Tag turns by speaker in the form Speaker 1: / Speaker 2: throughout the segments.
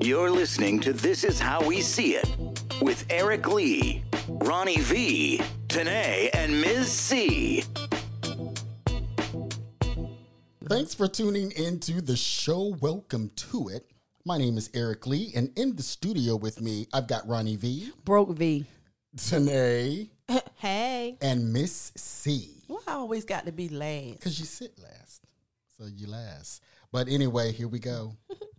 Speaker 1: You're listening to This Is How We See It with Eric Lee, Ronnie V, Tanae, and Ms. C.
Speaker 2: Thanks for tuning into the show. Welcome to it. My name is Eric Lee, and in the studio with me, I've got Ronnie V,
Speaker 3: Broke V.
Speaker 2: Tanae,
Speaker 4: Hey.
Speaker 2: and Miss C.
Speaker 3: Why I always got to be last?
Speaker 2: Because you sit last, so you last. But anyway, here we go.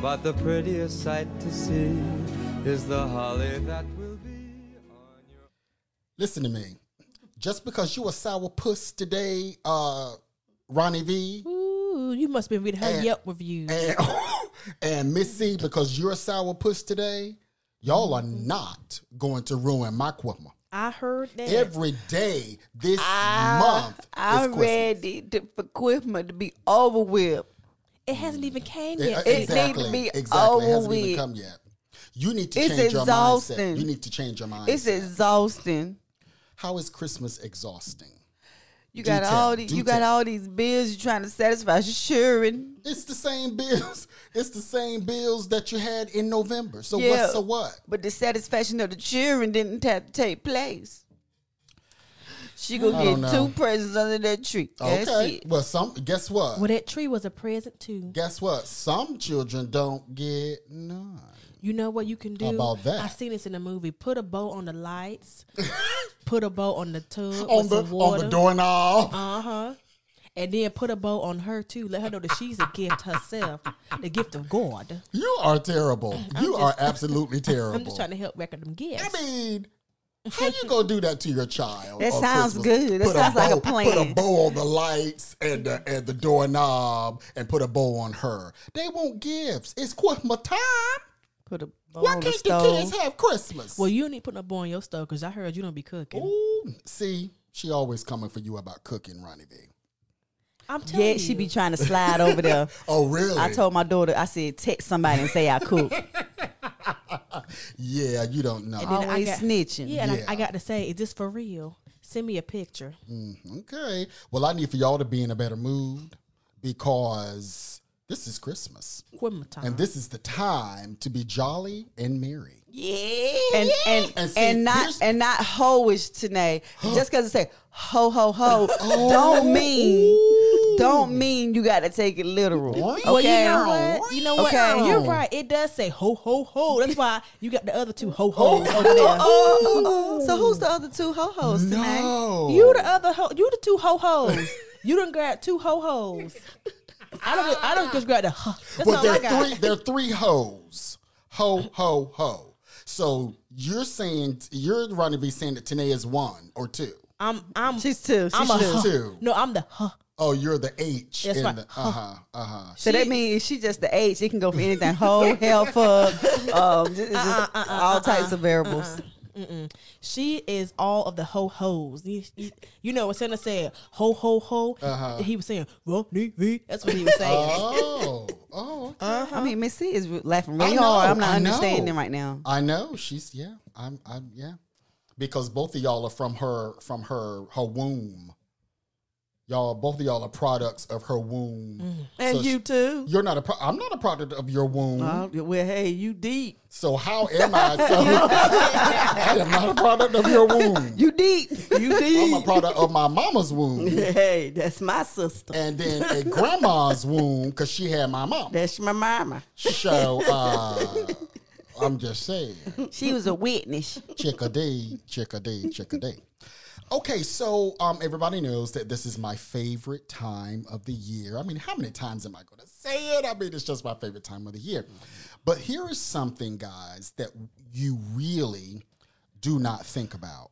Speaker 5: But the prettiest sight to see is the holly that will be on your.
Speaker 2: Listen to me. Just because you a sour puss today, uh, Ronnie V,
Speaker 4: Ooh, you must be reading her
Speaker 2: And-
Speaker 4: Yelp reviews.
Speaker 2: and, and Miss C, because you're a sour puss today, y'all are not going to ruin my quimma.
Speaker 4: I heard that.
Speaker 2: Every day this month is
Speaker 3: I'm
Speaker 2: Christmas.
Speaker 3: ready to, for Christmas to be over with.
Speaker 4: it hasn't even came
Speaker 2: It-
Speaker 4: yet.
Speaker 3: it need
Speaker 2: E, exactly,
Speaker 3: to be
Speaker 2: exactly. It hasn't
Speaker 3: over
Speaker 2: even
Speaker 3: with.
Speaker 2: come yet. You need to
Speaker 3: It's
Speaker 2: change your
Speaker 3: exhausting.
Speaker 2: mindset. You need to change your mindset.
Speaker 3: It's exhausting.
Speaker 2: How is Christmas exhausting?
Speaker 3: You
Speaker 2: Do
Speaker 3: got
Speaker 2: tell,
Speaker 3: all these.
Speaker 2: do
Speaker 3: You got
Speaker 2: tell.
Speaker 3: all these bills you're trying to satisfy. You're sharing.
Speaker 2: It's the same bills. It's the same bills that you had in November. So
Speaker 3: Yeah.
Speaker 2: what? So what?
Speaker 3: But the satisfaction of the cheering didn't have to take place. She gonna
Speaker 2: I don't
Speaker 3: get
Speaker 2: know.
Speaker 3: two presents under that tree. That's
Speaker 2: Okay.
Speaker 3: it.
Speaker 2: Well, some. Guess what?
Speaker 4: Well, that tree was a present too.
Speaker 2: Guess what? Some children don't get none.
Speaker 4: You know what you can do?
Speaker 2: About that.
Speaker 4: I seen this in a movie. Put a bow on the lights. put a bow on the tub
Speaker 2: On
Speaker 4: with
Speaker 2: the
Speaker 4: some
Speaker 2: on
Speaker 4: water.
Speaker 2: the doorknob.
Speaker 4: Uh huh. And then put a bow on her too. Let her know that she's a gift herself, the gift of God.
Speaker 2: you are terrible. You are absolutely terrible.
Speaker 4: I'm just trying to help record them gifts.
Speaker 2: I mean, how you gonna do that to your child?
Speaker 3: That
Speaker 2: on
Speaker 3: sounds good. That sounds like a
Speaker 2: bow-
Speaker 3: plan.
Speaker 2: Put a bow on the lights and the, and the doorknob, and put a bow on her. They want gifts. It's Christmas time.
Speaker 3: Put a bowl
Speaker 2: Why
Speaker 3: on the
Speaker 2: can't the kids
Speaker 3: stove.
Speaker 2: have Christmas?
Speaker 4: well, you don't need putting a bow on your stove because I heard you don't be cooking.
Speaker 2: Ooh, see, she always coming for you about cooking, Ronnie V.
Speaker 4: I'm telling
Speaker 3: Yeah,
Speaker 4: you,
Speaker 3: she be trying to slide over there.
Speaker 2: Oh, really?
Speaker 3: I told my daughter, I said, text somebody and say I cook.
Speaker 2: Yeah, you don't know.
Speaker 4: And I
Speaker 3: Always
Speaker 4: got-
Speaker 3: snitching.
Speaker 4: Yeah, and
Speaker 2: Yeah.
Speaker 4: I, I got to say, is this for real? Send me a picture.
Speaker 2: Okay. Well, I need for y'all to be in a better mood because this is Christmas,
Speaker 4: Quim
Speaker 3: Uh-huh.
Speaker 4: time.
Speaker 2: and this is the time to be jolly and merry.
Speaker 3: and and
Speaker 2: And
Speaker 3: and,
Speaker 2: see,
Speaker 3: not
Speaker 2: here's-
Speaker 3: and not hoish today. Just because it say ho ho ho don't mean don't mean you got to take it literal. Okay,
Speaker 2: Well,
Speaker 4: you know what? Oh. You know what?
Speaker 3: Okay.
Speaker 4: You're right. It does say ho ho ho. That's why you got the other two ho ho over there.
Speaker 3: Oh, so who's the other two ho hos tonight?
Speaker 2: No.
Speaker 4: You the other ho. You the two ho hos. you done grabbed two ho hos. I don't. I don't just grab the. Huh. That's
Speaker 2: Well,
Speaker 4: all I
Speaker 2: there
Speaker 4: got.
Speaker 2: are three. There are three hoes. Ho ho ho. So you're saying you're Ronnie B saying that Tanae is one or two.
Speaker 4: I'm. I'm.
Speaker 3: She's two.
Speaker 4: I'm
Speaker 3: She's two.
Speaker 4: a huh.
Speaker 2: Two.
Speaker 4: No, I'm the huh.
Speaker 2: Oh, you're the H.
Speaker 4: That's
Speaker 2: in
Speaker 4: right.
Speaker 2: The, uh-huh. Uh-huh.
Speaker 3: So that means she just the age. It can go for anything. Ho, hell, fuck, um, just,
Speaker 4: Uh-uh,
Speaker 3: just all types of variables.
Speaker 4: Mm. She is all of the ho hos. You, you- you know what Santa said? Ho ho ho.
Speaker 2: Uh-huh.
Speaker 4: He was saying Ronnie V. That's what he was saying.
Speaker 2: Oh. Oh. okay.
Speaker 3: I mean, Miss C is laughing
Speaker 2: I
Speaker 3: really
Speaker 2: know,
Speaker 3: hard. Uh, I'm not
Speaker 2: I know.
Speaker 3: understanding right now.
Speaker 2: I know she's yeah. I'm I'm yeah, because both of y'all are from her from her her womb. Y'all both of y'all are products of her womb.
Speaker 3: And
Speaker 2: So
Speaker 3: you
Speaker 2: sh-
Speaker 3: too.
Speaker 2: You're not a. Pro- I'm not a product of your womb.
Speaker 3: Oh, well, hey, you deep.
Speaker 2: So how am I? So I am not a product of your womb.
Speaker 3: You deep. You
Speaker 2: I'm a
Speaker 3: deep.
Speaker 2: product of my mama's womb
Speaker 3: hey, that's my sister.
Speaker 2: and then a grandma's womb because she had my mom.
Speaker 3: That's my mama.
Speaker 2: So uh, I'm just saying.
Speaker 3: She was a witness.
Speaker 2: chickadee, chickadee, chickadee. Okay, so um, everybody knows that this is my favorite time of the year. I mean, how many times am I going to say it? I mean, it's just my favorite time of the year. But here is something, guys, that you really do not think about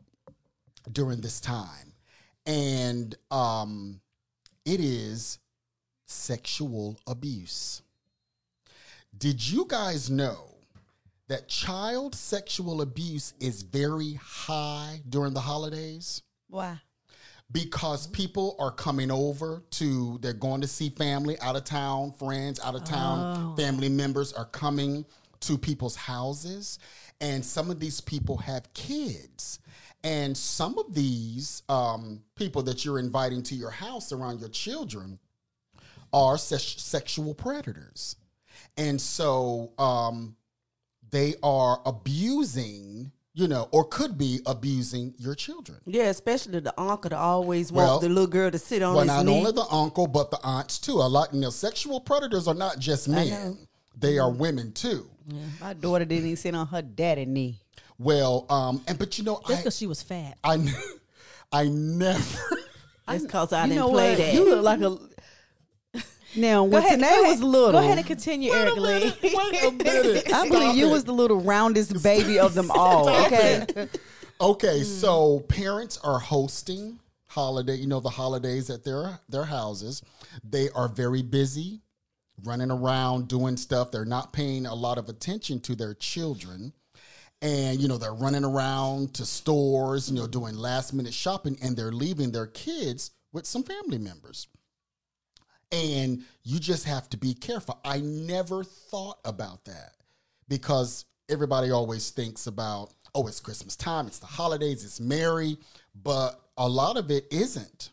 Speaker 2: during this time, and um, it is sexual abuse. Did you guys know that child sexual abuse is very high during the holidays?
Speaker 3: Why?
Speaker 2: because people are coming over to they're going to see family out of town friends out of town family members are coming to people's houses and some of these people have kids and some of these um, people that you're inviting to your house around your children are sex- sexual predators and so um, they are abusing you know or could be abusing your children
Speaker 3: Yeah, especially the uncle to always want
Speaker 2: Well-
Speaker 3: the little girl to sit on
Speaker 2: well,
Speaker 3: his
Speaker 2: not
Speaker 3: knee.
Speaker 2: only the uncle, but the aunts too. A lot, you know, sexual predators are not just men; they are women too.
Speaker 3: My daughter didn't even sit on her daddy knee.
Speaker 2: Well, um, and but you know,
Speaker 4: That's
Speaker 2: I,
Speaker 4: because she was fat.
Speaker 2: I, n- I never.
Speaker 4: That's because I
Speaker 3: you
Speaker 4: didn't
Speaker 3: know
Speaker 4: play
Speaker 3: what?
Speaker 4: that.
Speaker 3: You look like a. Now,
Speaker 4: Go
Speaker 3: when
Speaker 4: ahead,
Speaker 3: Tanae
Speaker 4: go ahead-
Speaker 3: was little,
Speaker 4: Go ahead and continue, Eric Lee.
Speaker 2: Wait a minute!
Speaker 3: I
Speaker 2: Stop
Speaker 3: believe you
Speaker 2: it.
Speaker 3: was the little roundest baby of them all. Okay,
Speaker 2: Okay, so parents are hosting holiday, you know, the holidays at their their houses. They are very busy, running around doing stuff. They're not paying a lot of attention to their children. And you know, they're running around to stores, you know, doing last minute shopping and they're leaving their kids with some family members. And you just have to be careful. I never thought about that because everybody always thinks about, oh, it's Christmas time, it's the holidays, it's merry, but a lot of it isn't.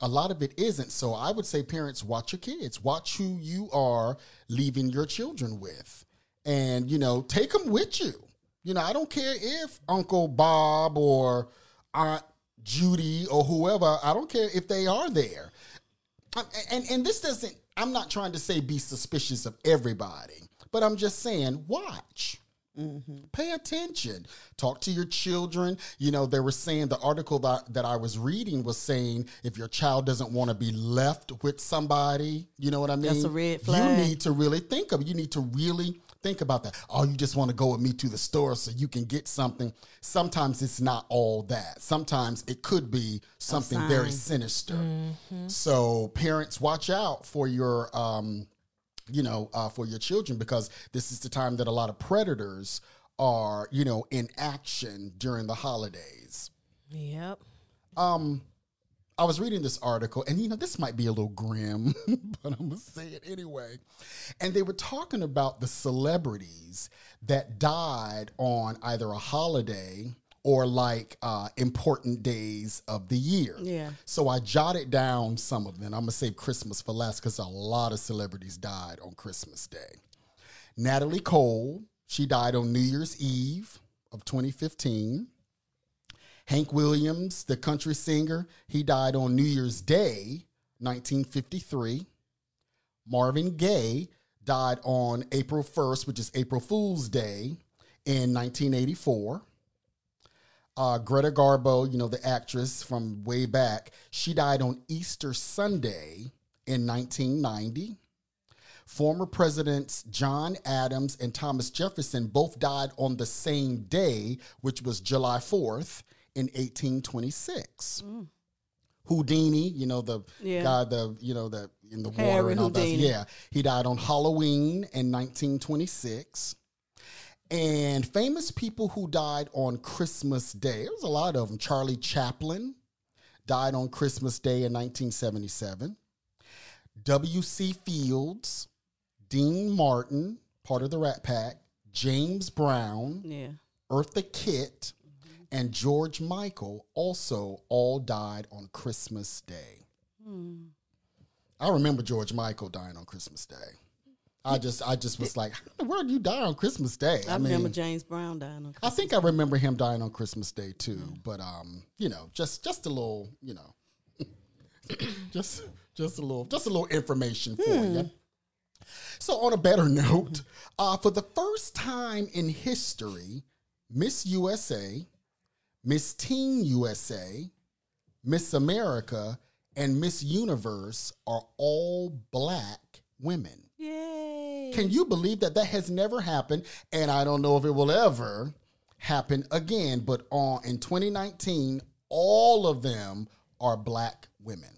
Speaker 2: A lot of it isn't. So I would say, parents, watch your kids, watch who you are leaving your children with, and you know, take them with you. You know, I don't care if Uncle Bob or Aunt Judy or whoever, I don't care if they are there. I'm- and and this doesn't i'm not trying to say be suspicious of everybody but i'm just saying watch
Speaker 3: Mm-hmm.
Speaker 2: pay attention talk to your children you know they were saying the article that, that i was reading was saying if your child doesn't want to be left with somebody you know what i mean
Speaker 3: a red flag.
Speaker 2: you need to really think of you need to really think about that oh you just want to go with me to the store so you can get something sometimes it's not all that sometimes it could be something very sinister so parents, watch out for your, um, you know, uh, for your children because this is the time that a lot of predators are, you know, in action during the holidays.
Speaker 4: Yep.
Speaker 2: Um, I was reading this article, and you know, this might be a little grim, but I'm gonna say it anyway. And they were talking about the celebrities that died on either a holiday or like uh, important days of the year.
Speaker 3: Yeah.
Speaker 2: So I jotted down some of them. I'm gonna save Christmas for last because a lot of celebrities died on Christmas Day. Natalie Cole, she died on New Year's Eve of 2015. Hank Williams, the country singer, he died on New Year's Day, 1953. Marvin Gaye died on April 1st, which is April Fool's Day, in 1984. Uh, Greta Garbo, you know, the actress from way back, she died on Easter Sunday in 1990. Former presidents John Adams and Thomas Jefferson both died on the same day, which was July 4th in 1826. Houdini, you know the
Speaker 3: Yeah.
Speaker 2: guy, the you know the in the water
Speaker 3: Harry
Speaker 2: and all that.
Speaker 3: Houdini.
Speaker 2: Yeah, he died on Halloween in 1926. And famous people who died on Christmas Day. There was a lot of them. Charlie Chaplin died on Christmas Day in 1977. W.C. Fields, Dean Martin, part of the Rat Pack, James Brown,
Speaker 3: yeah,
Speaker 2: Eartha Kitt, and George Michael also all died on Christmas Day.
Speaker 3: Hmm.
Speaker 2: I remember George Michael dying on Christmas Day. I just, I just was like, how in the world you die on Christmas Day?
Speaker 3: I, remember James Brown dying. On
Speaker 2: I think I remember him dying on Christmas Day too, but um, you know, just just a little, you know, just just a little, just a little information for you. So on a better note, uh, for the first time in history, Miss USA, Miss Teen USA, Miss America, and Miss Universe are all black women.
Speaker 3: Yay!
Speaker 2: Can you believe that that has never happened? And I don't know if it will ever happen again. But on in 2019, all of them are black women.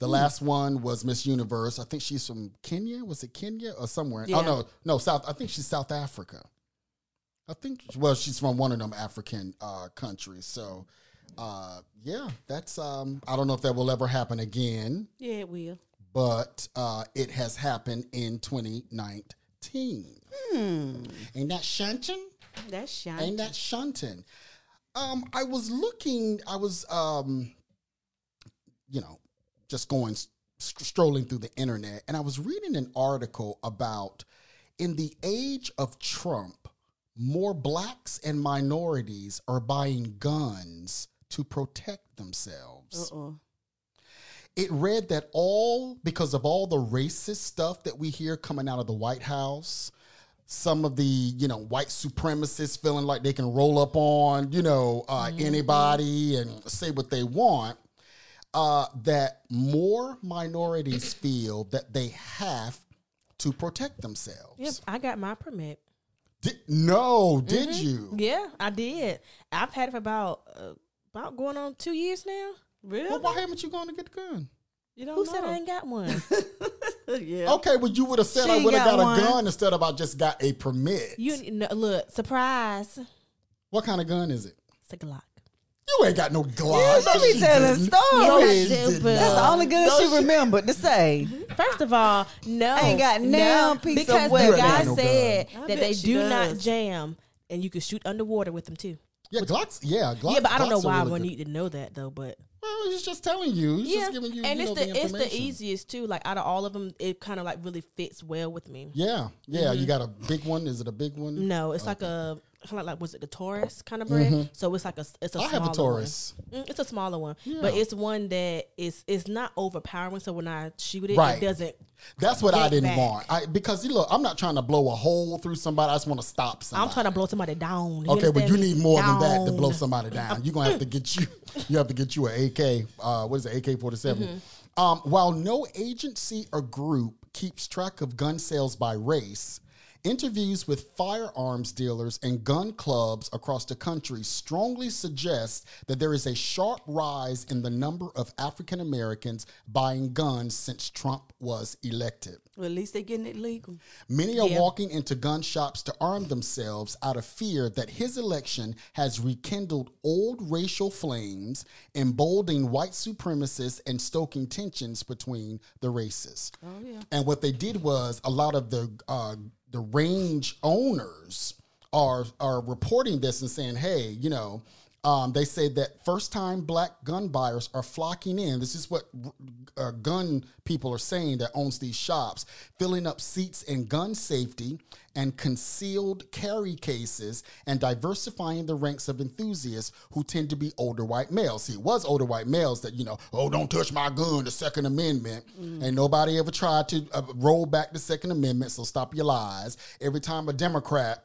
Speaker 2: The last one was Miss Universe. I think she's from Kenya. Was it Kenya or somewhere? Oh no, no South. I think she's South Africa. I think. Well, she's from one of them African uh, countries. So, uh, yeah, that's. Um, I don't know if that will ever happen again,
Speaker 4: Yeah, it will.
Speaker 2: but uh, it has happened in 2019. Ain't that shunting?
Speaker 4: That's shiny.
Speaker 2: Ain't that shunting? Um, I was looking. I was, um, you know, just going s- st- strolling through the internet, and I was reading an article about in the age of Trump, more blacks and minorities are buying guns to protect themselves
Speaker 4: Uh-oh.
Speaker 2: it read that all because of all the racist stuff that we hear coming out of the White House, some of the you know white supremacists feeling like they can roll up on you know uh,
Speaker 3: Mm-hmm.
Speaker 2: anybody and say what they want. Uh, that more minorities feel that they have to protect themselves.
Speaker 4: Yep, I got my permit.
Speaker 2: Di- no, did
Speaker 3: Mm-hmm.
Speaker 2: you?
Speaker 4: Yeah, I did. I've had it for about uh, about going on two years now. Really?
Speaker 2: Well, why haven't you gone to get the gun?
Speaker 4: you don't Who said I ain't got one?
Speaker 3: yeah.
Speaker 2: Okay, well, you would have said I
Speaker 3: She
Speaker 2: would have
Speaker 3: got
Speaker 2: got,
Speaker 3: one.
Speaker 2: a gun instead of I just got a permit.
Speaker 4: you no, look, surprise.
Speaker 2: what kind of gun is it?
Speaker 4: It's a Glock.
Speaker 2: You ain't got no
Speaker 3: Yeah,
Speaker 2: Glock.
Speaker 3: she be telling
Speaker 2: didn't.
Speaker 3: stories.
Speaker 2: You ain't did
Speaker 3: That's the
Speaker 2: not.
Speaker 3: only good she remembered to say.
Speaker 4: First of all, no,
Speaker 3: I ain't got
Speaker 4: no
Speaker 3: no piece of
Speaker 4: because
Speaker 3: weapon.
Speaker 4: the guy
Speaker 2: Ain't no gun.
Speaker 4: said
Speaker 3: I
Speaker 4: that
Speaker 3: bet
Speaker 4: they
Speaker 3: she
Speaker 4: do not
Speaker 3: does.
Speaker 4: jam, and you can shoot underwater with them too.
Speaker 2: Yeah, Glocks. Yeah, Glocks.
Speaker 4: yeah, but I don't know
Speaker 2: Glocks are
Speaker 4: why I'm
Speaker 2: really
Speaker 4: gonna
Speaker 2: good.
Speaker 4: need to know that though. But
Speaker 2: Well, he's just telling you. He's
Speaker 4: yeah,
Speaker 2: just giving you.
Speaker 4: and
Speaker 2: you
Speaker 4: it's
Speaker 2: know,
Speaker 4: the, it's
Speaker 2: information.
Speaker 4: the easiest too. Like out of all of them, it kind of like really fits well with me.
Speaker 2: Yeah, yeah. You got a big one. Is it a big one?
Speaker 4: Mm-hmm. No, it's like a kinda like, was it the Taurus kind of bread? So it's like a it's a
Speaker 2: Mm-hmm. I have a
Speaker 4: smaller
Speaker 2: Taurus.
Speaker 4: One. Mm, it's a smaller one, but it's one that is it's not overpowering. So when I shoot it,
Speaker 2: Right.
Speaker 4: it doesn't.
Speaker 2: That's what I
Speaker 4: Big
Speaker 2: didn't
Speaker 4: back.
Speaker 2: want. I because you look, I'm not trying to blow a hole through somebody. I just want to stop somebody.
Speaker 4: I'm trying to blow somebody down.
Speaker 2: Okay, but
Speaker 4: understand
Speaker 2: you
Speaker 4: me?
Speaker 2: need more than that to blow
Speaker 4: Down.
Speaker 2: somebody down. You're gonna have to get you. You have to get you an AK. Uh, what is it? AK 47
Speaker 4: Mm-hmm.
Speaker 2: Um, while no agency or group keeps track of gun sales by race, interviews with firearms dealers and gun clubs across the country strongly suggest that there is a sharp rise in the number of African Americans buying guns since Trump was elected.
Speaker 3: Well, at least they're getting it legal.
Speaker 2: Many are walking into gun shops to arm themselves out of fear that his election has rekindled old racial flames, emboldening white supremacists and stoking tensions between the races. Oh, yeah. And what they did was a lot of the uh, the range owners are are reporting this and saying, "Hey, you know." Um, they say that first-time black gun buyers are flocking in. This is what uh, gun people are saying that owns these shops, filling up seats in gun safety and concealed carry cases, and diversifying the ranks of enthusiasts who tend to be older white males. See, it was older white males that you know, oh, don't touch my gun, the Second Amendment, and nobody ever tried to uh, roll back the Second Amendment. So stop your lies. Every time a Democrat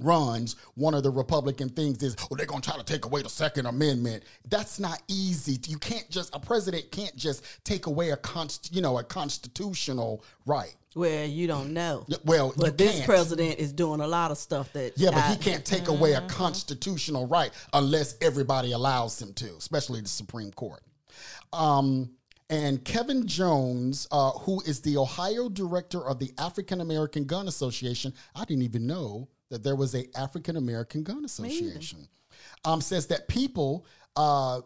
Speaker 2: runs, one of the Republican things is, well, they're going to try to take away the Second Amendment. That's not easy. You can't just, a president can't just take away a, const, you know, a constitutional right.
Speaker 3: Well, you don't know.
Speaker 2: Y- Well, you
Speaker 3: But this
Speaker 2: can't.
Speaker 3: president is doing a lot of stuff that.
Speaker 2: Yeah, but he
Speaker 3: I-
Speaker 2: can't take away a constitutional right unless everybody allows him to, especially the Supreme Court. Um, and Kevin Jones, uh, who is the Ohio director of the African American Gun Association, I didn't even know that there was a African American Gun Association, um, says that people uh,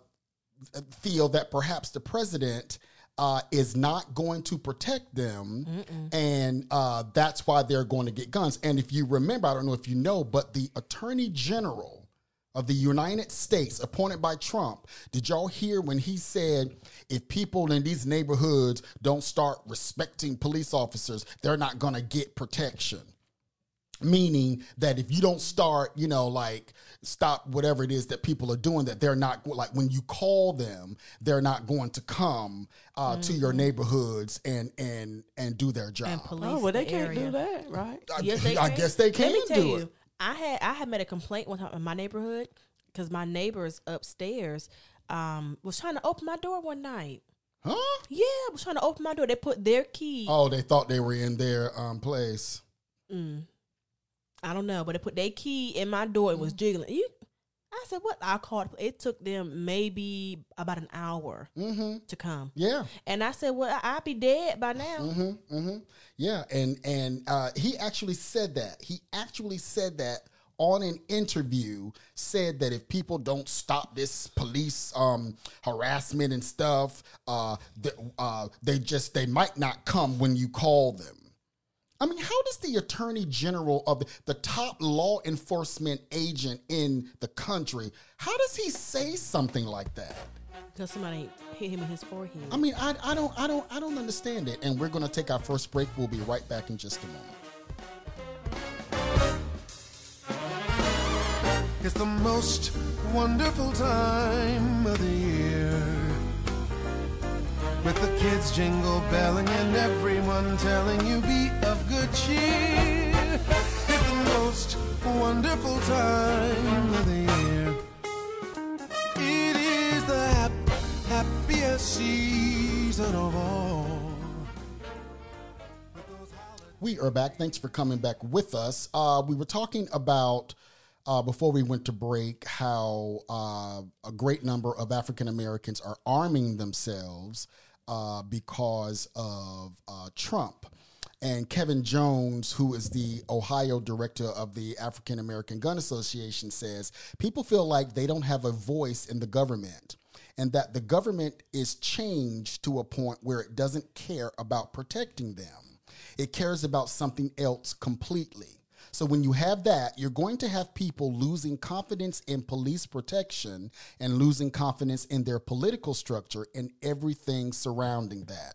Speaker 2: feel that perhaps the president uh, is not going to protect them, and uh, that's why they're going to get guns. And if you remember, I don't know if you know, but the attorney general of the United States, appointed by Trump, did y'all hear when he said, if people in these neighborhoods don't start respecting police officers, they're not going to get protection? meaning that if you don't start you know like stop whatever it is that people are doing that they're not like when you call them they're not going to come uh, to your neighborhoods and and and do their job
Speaker 4: Mm-hmm. And police
Speaker 6: Oh, well, they
Speaker 4: the
Speaker 6: can't
Speaker 4: area.
Speaker 6: do that, right?
Speaker 2: I,
Speaker 4: Yes, they
Speaker 2: I
Speaker 4: can.
Speaker 2: guess they
Speaker 4: Let
Speaker 2: can
Speaker 4: me tell
Speaker 2: do
Speaker 4: you,
Speaker 2: it
Speaker 4: I had I had made a complaint one time in my neighborhood because my neighbors upstairs um, was trying to open my door one night.
Speaker 2: huh
Speaker 4: Yeah, was trying to open my door. They put their key.
Speaker 2: oh they thought they were in their um, place
Speaker 4: Mm, I don't know, but they put their key in my door and was jiggling. You, I I said, "What?" I called. It took them maybe about an hour
Speaker 2: Mm. Mm-hmm.
Speaker 4: to come.
Speaker 2: Yeah.
Speaker 4: And I said, "Well, I'd be dead by now."
Speaker 2: hmm Yeah, and and uh, he actually said that. He actually said that on an interview. Said that if people don't stop this police um, harassment and stuff, uh, th- uh, they just they might not come when you call them. I mean, how does the attorney general of the, the top law enforcement agent in the country? How does he say something like that?
Speaker 4: Because somebody hit him in his forehead.
Speaker 2: I mean, I, I don't, I don't, I don't understand it. And we're gonna take our first break. We'll be right back in just a moment.
Speaker 6: It's the most wonderful time of the year. With the kids jingle belling and everyone telling you be of good cheer. It's the most wonderful time of the year. It is the hap- happiest season of all.
Speaker 2: We are back. Thanks for coming back with us. Uh, we were talking about uh, before we went to break how uh, a great number of African Americans are arming themselves uh, because of uh, Trump. And Kevin Jones, who is the Ohio director of the African American Gun Association, says people feel like they don't have a voice in the government and that the government is changed to a point where it doesn't care about protecting them. It cares about something else completely. So when you have that, you're going to have people losing confidence in police protection and losing confidence in their political structure and everything surrounding that.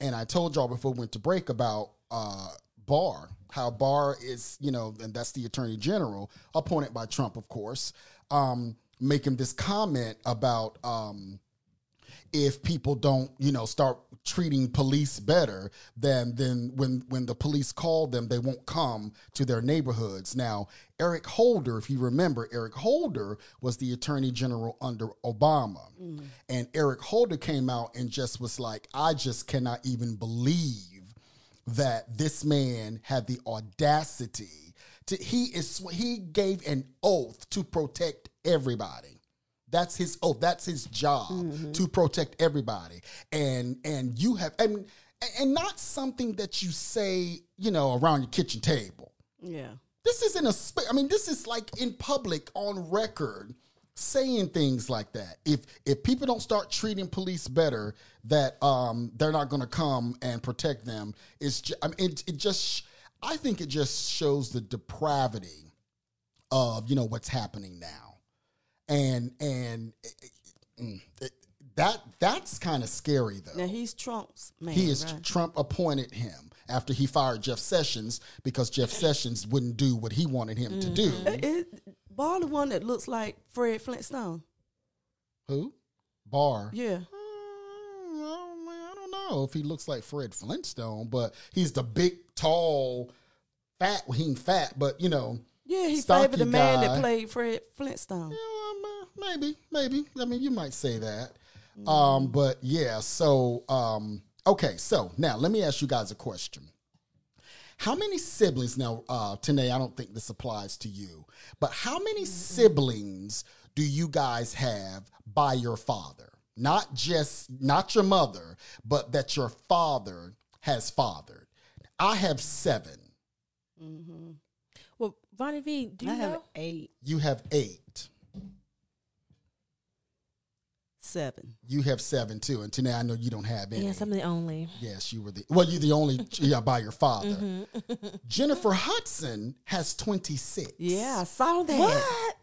Speaker 2: And I told y'all before we went to break about uh, Barr, how Barr is, you know, and that's the attorney general appointed by Trump, of course, um, making this comment about. Um, if people don't you know start treating police better then then when when the police call them they won't come to their neighborhoods now eric holder if you remember eric holder was the attorney general under obama and eric holder came out and just was like i just cannot even believe that this man had the audacity to he is he gave an oath to protect everybody that's his oath that's his job to protect everybody and and you have and and not something that you say you know around your kitchen table
Speaker 4: yeah.
Speaker 2: this isn't a sp- i mean this is like in public on record saying things like that if if people don't start treating police better that um they're not going to come and protect them it's ju- I mean, it, it just i think it just shows the depravity of you know what's happening now and and it, it- mm, it- that that's kind of scary though
Speaker 4: Now he's Trump's man.
Speaker 2: he is
Speaker 4: right?
Speaker 2: Trump appointed him after he fired Jeff Sessions because Jeff Sessions wouldn't do what he wanted him to do.
Speaker 4: Is Ball the one that looks like Fred Flintstone?
Speaker 2: Who? Barr.
Speaker 4: Yeah.
Speaker 2: Mm, I don't- I don't know if he looks like Fred Flintstone, but he's the big, tall, fat. He ain't fat, but you know,
Speaker 4: Yeah, he
Speaker 2: Stocky
Speaker 4: favored the man
Speaker 2: guy.
Speaker 4: that played Fred Flintstone.
Speaker 2: you know, um, uh, maybe, maybe. I mean, you might say that. Um, but yeah, so um, okay, so now let me ask you guys a question. How many siblings now, uh, Tanae? I don't think this applies to you, but how many siblings do you guys have by your father? Not just not your mother, but that your father has fathered. I have seven.
Speaker 4: Well, Vonnie V, do you
Speaker 3: I have
Speaker 4: know?
Speaker 3: eight,
Speaker 2: You have eight.
Speaker 3: seven.
Speaker 2: You have seven too, and Tanae, I know you don't have any.
Speaker 4: Yes, I'm the only.
Speaker 2: Yes, you were the well. You're the only yeah by your father. Jennifer Hudson has twenty six.
Speaker 3: Yeah, I saw that.
Speaker 4: What?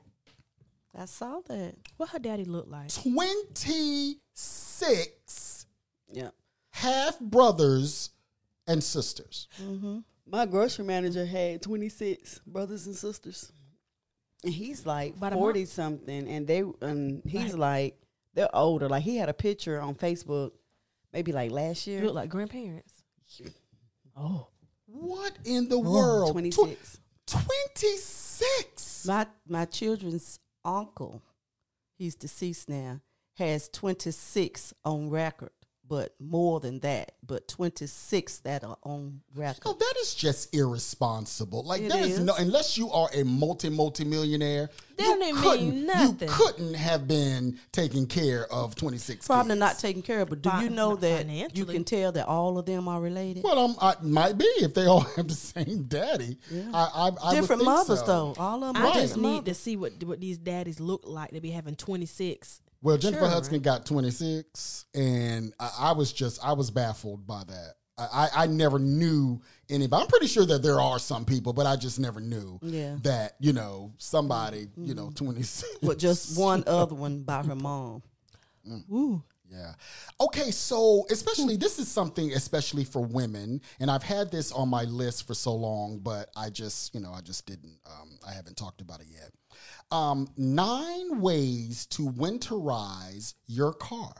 Speaker 3: I saw that.
Speaker 4: What her daddy look like?
Speaker 2: twenty six
Speaker 3: Yeah.
Speaker 2: half brothers and sisters.
Speaker 3: My grocery manager had 26 brothers and sisters. And he's like
Speaker 4: About a
Speaker 3: 40
Speaker 4: month.
Speaker 3: something. And they and he's like, they're older. Like he had a picture on Facebook maybe like last year.
Speaker 4: You look like grandparents. Oh,
Speaker 2: What in the world?
Speaker 3: 26.
Speaker 2: Twenty six.
Speaker 3: My my children's uncle, he's deceased now, has 26 on record but more than that, but 26 that are on record.
Speaker 2: No, that is just irresponsible. Like
Speaker 3: It
Speaker 2: that is.
Speaker 3: is.
Speaker 2: no unless you are a multi multi millionaire.
Speaker 4: That don't mean
Speaker 2: You
Speaker 4: nothing.
Speaker 2: couldn't have been taking care of twenty six.
Speaker 3: Probably not taken care of, but do you
Speaker 4: Fin-
Speaker 3: know
Speaker 4: not
Speaker 3: that you
Speaker 4: financially.
Speaker 3: can tell that all of them are related?
Speaker 2: Well, um, I might be if they all have the same daddy. I, I, I would
Speaker 3: Different
Speaker 2: think
Speaker 3: mothers,
Speaker 2: so.
Speaker 3: though. All of them.
Speaker 4: I
Speaker 3: are
Speaker 4: just
Speaker 3: different
Speaker 4: need to
Speaker 3: mothers.
Speaker 4: see what what these daddies look like to be having 26.
Speaker 2: Well, Jennifer
Speaker 3: Sure.
Speaker 2: Hudson got 26, and I, I was just I was baffled by that. I, I I never knew anybody. I'm pretty sure that there are some people, but I just never knew
Speaker 3: Yeah.
Speaker 2: that you know somebody you know 26.
Speaker 3: But just one other one by her mom.
Speaker 4: Ooh.
Speaker 2: Yeah. Okay, so especially this is something especially for women, and I've had this on my list for so long, but I just you know I just didn't um, I haven't talked about it yet. Um, nine ways to winterize your car.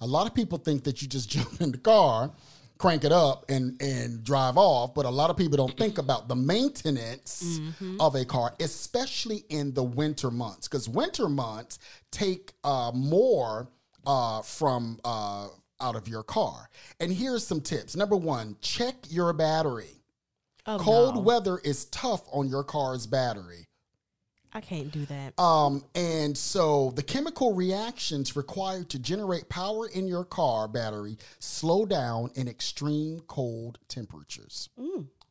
Speaker 2: A lot of people think that you just jump in the car, crank it up, and and drive off, but a lot of people don't think about the maintenance of a car, especially in the winter months, because winter months take uh, more uh, from uh, out of your car. And here's some tips. Number one, check your battery.
Speaker 4: Oh,
Speaker 2: Cold
Speaker 4: no.
Speaker 2: weather is tough on your car's battery.
Speaker 4: I can't do that.
Speaker 2: Um, and so the chemical reactions required to generate power in your car battery slow down in extreme cold temperatures.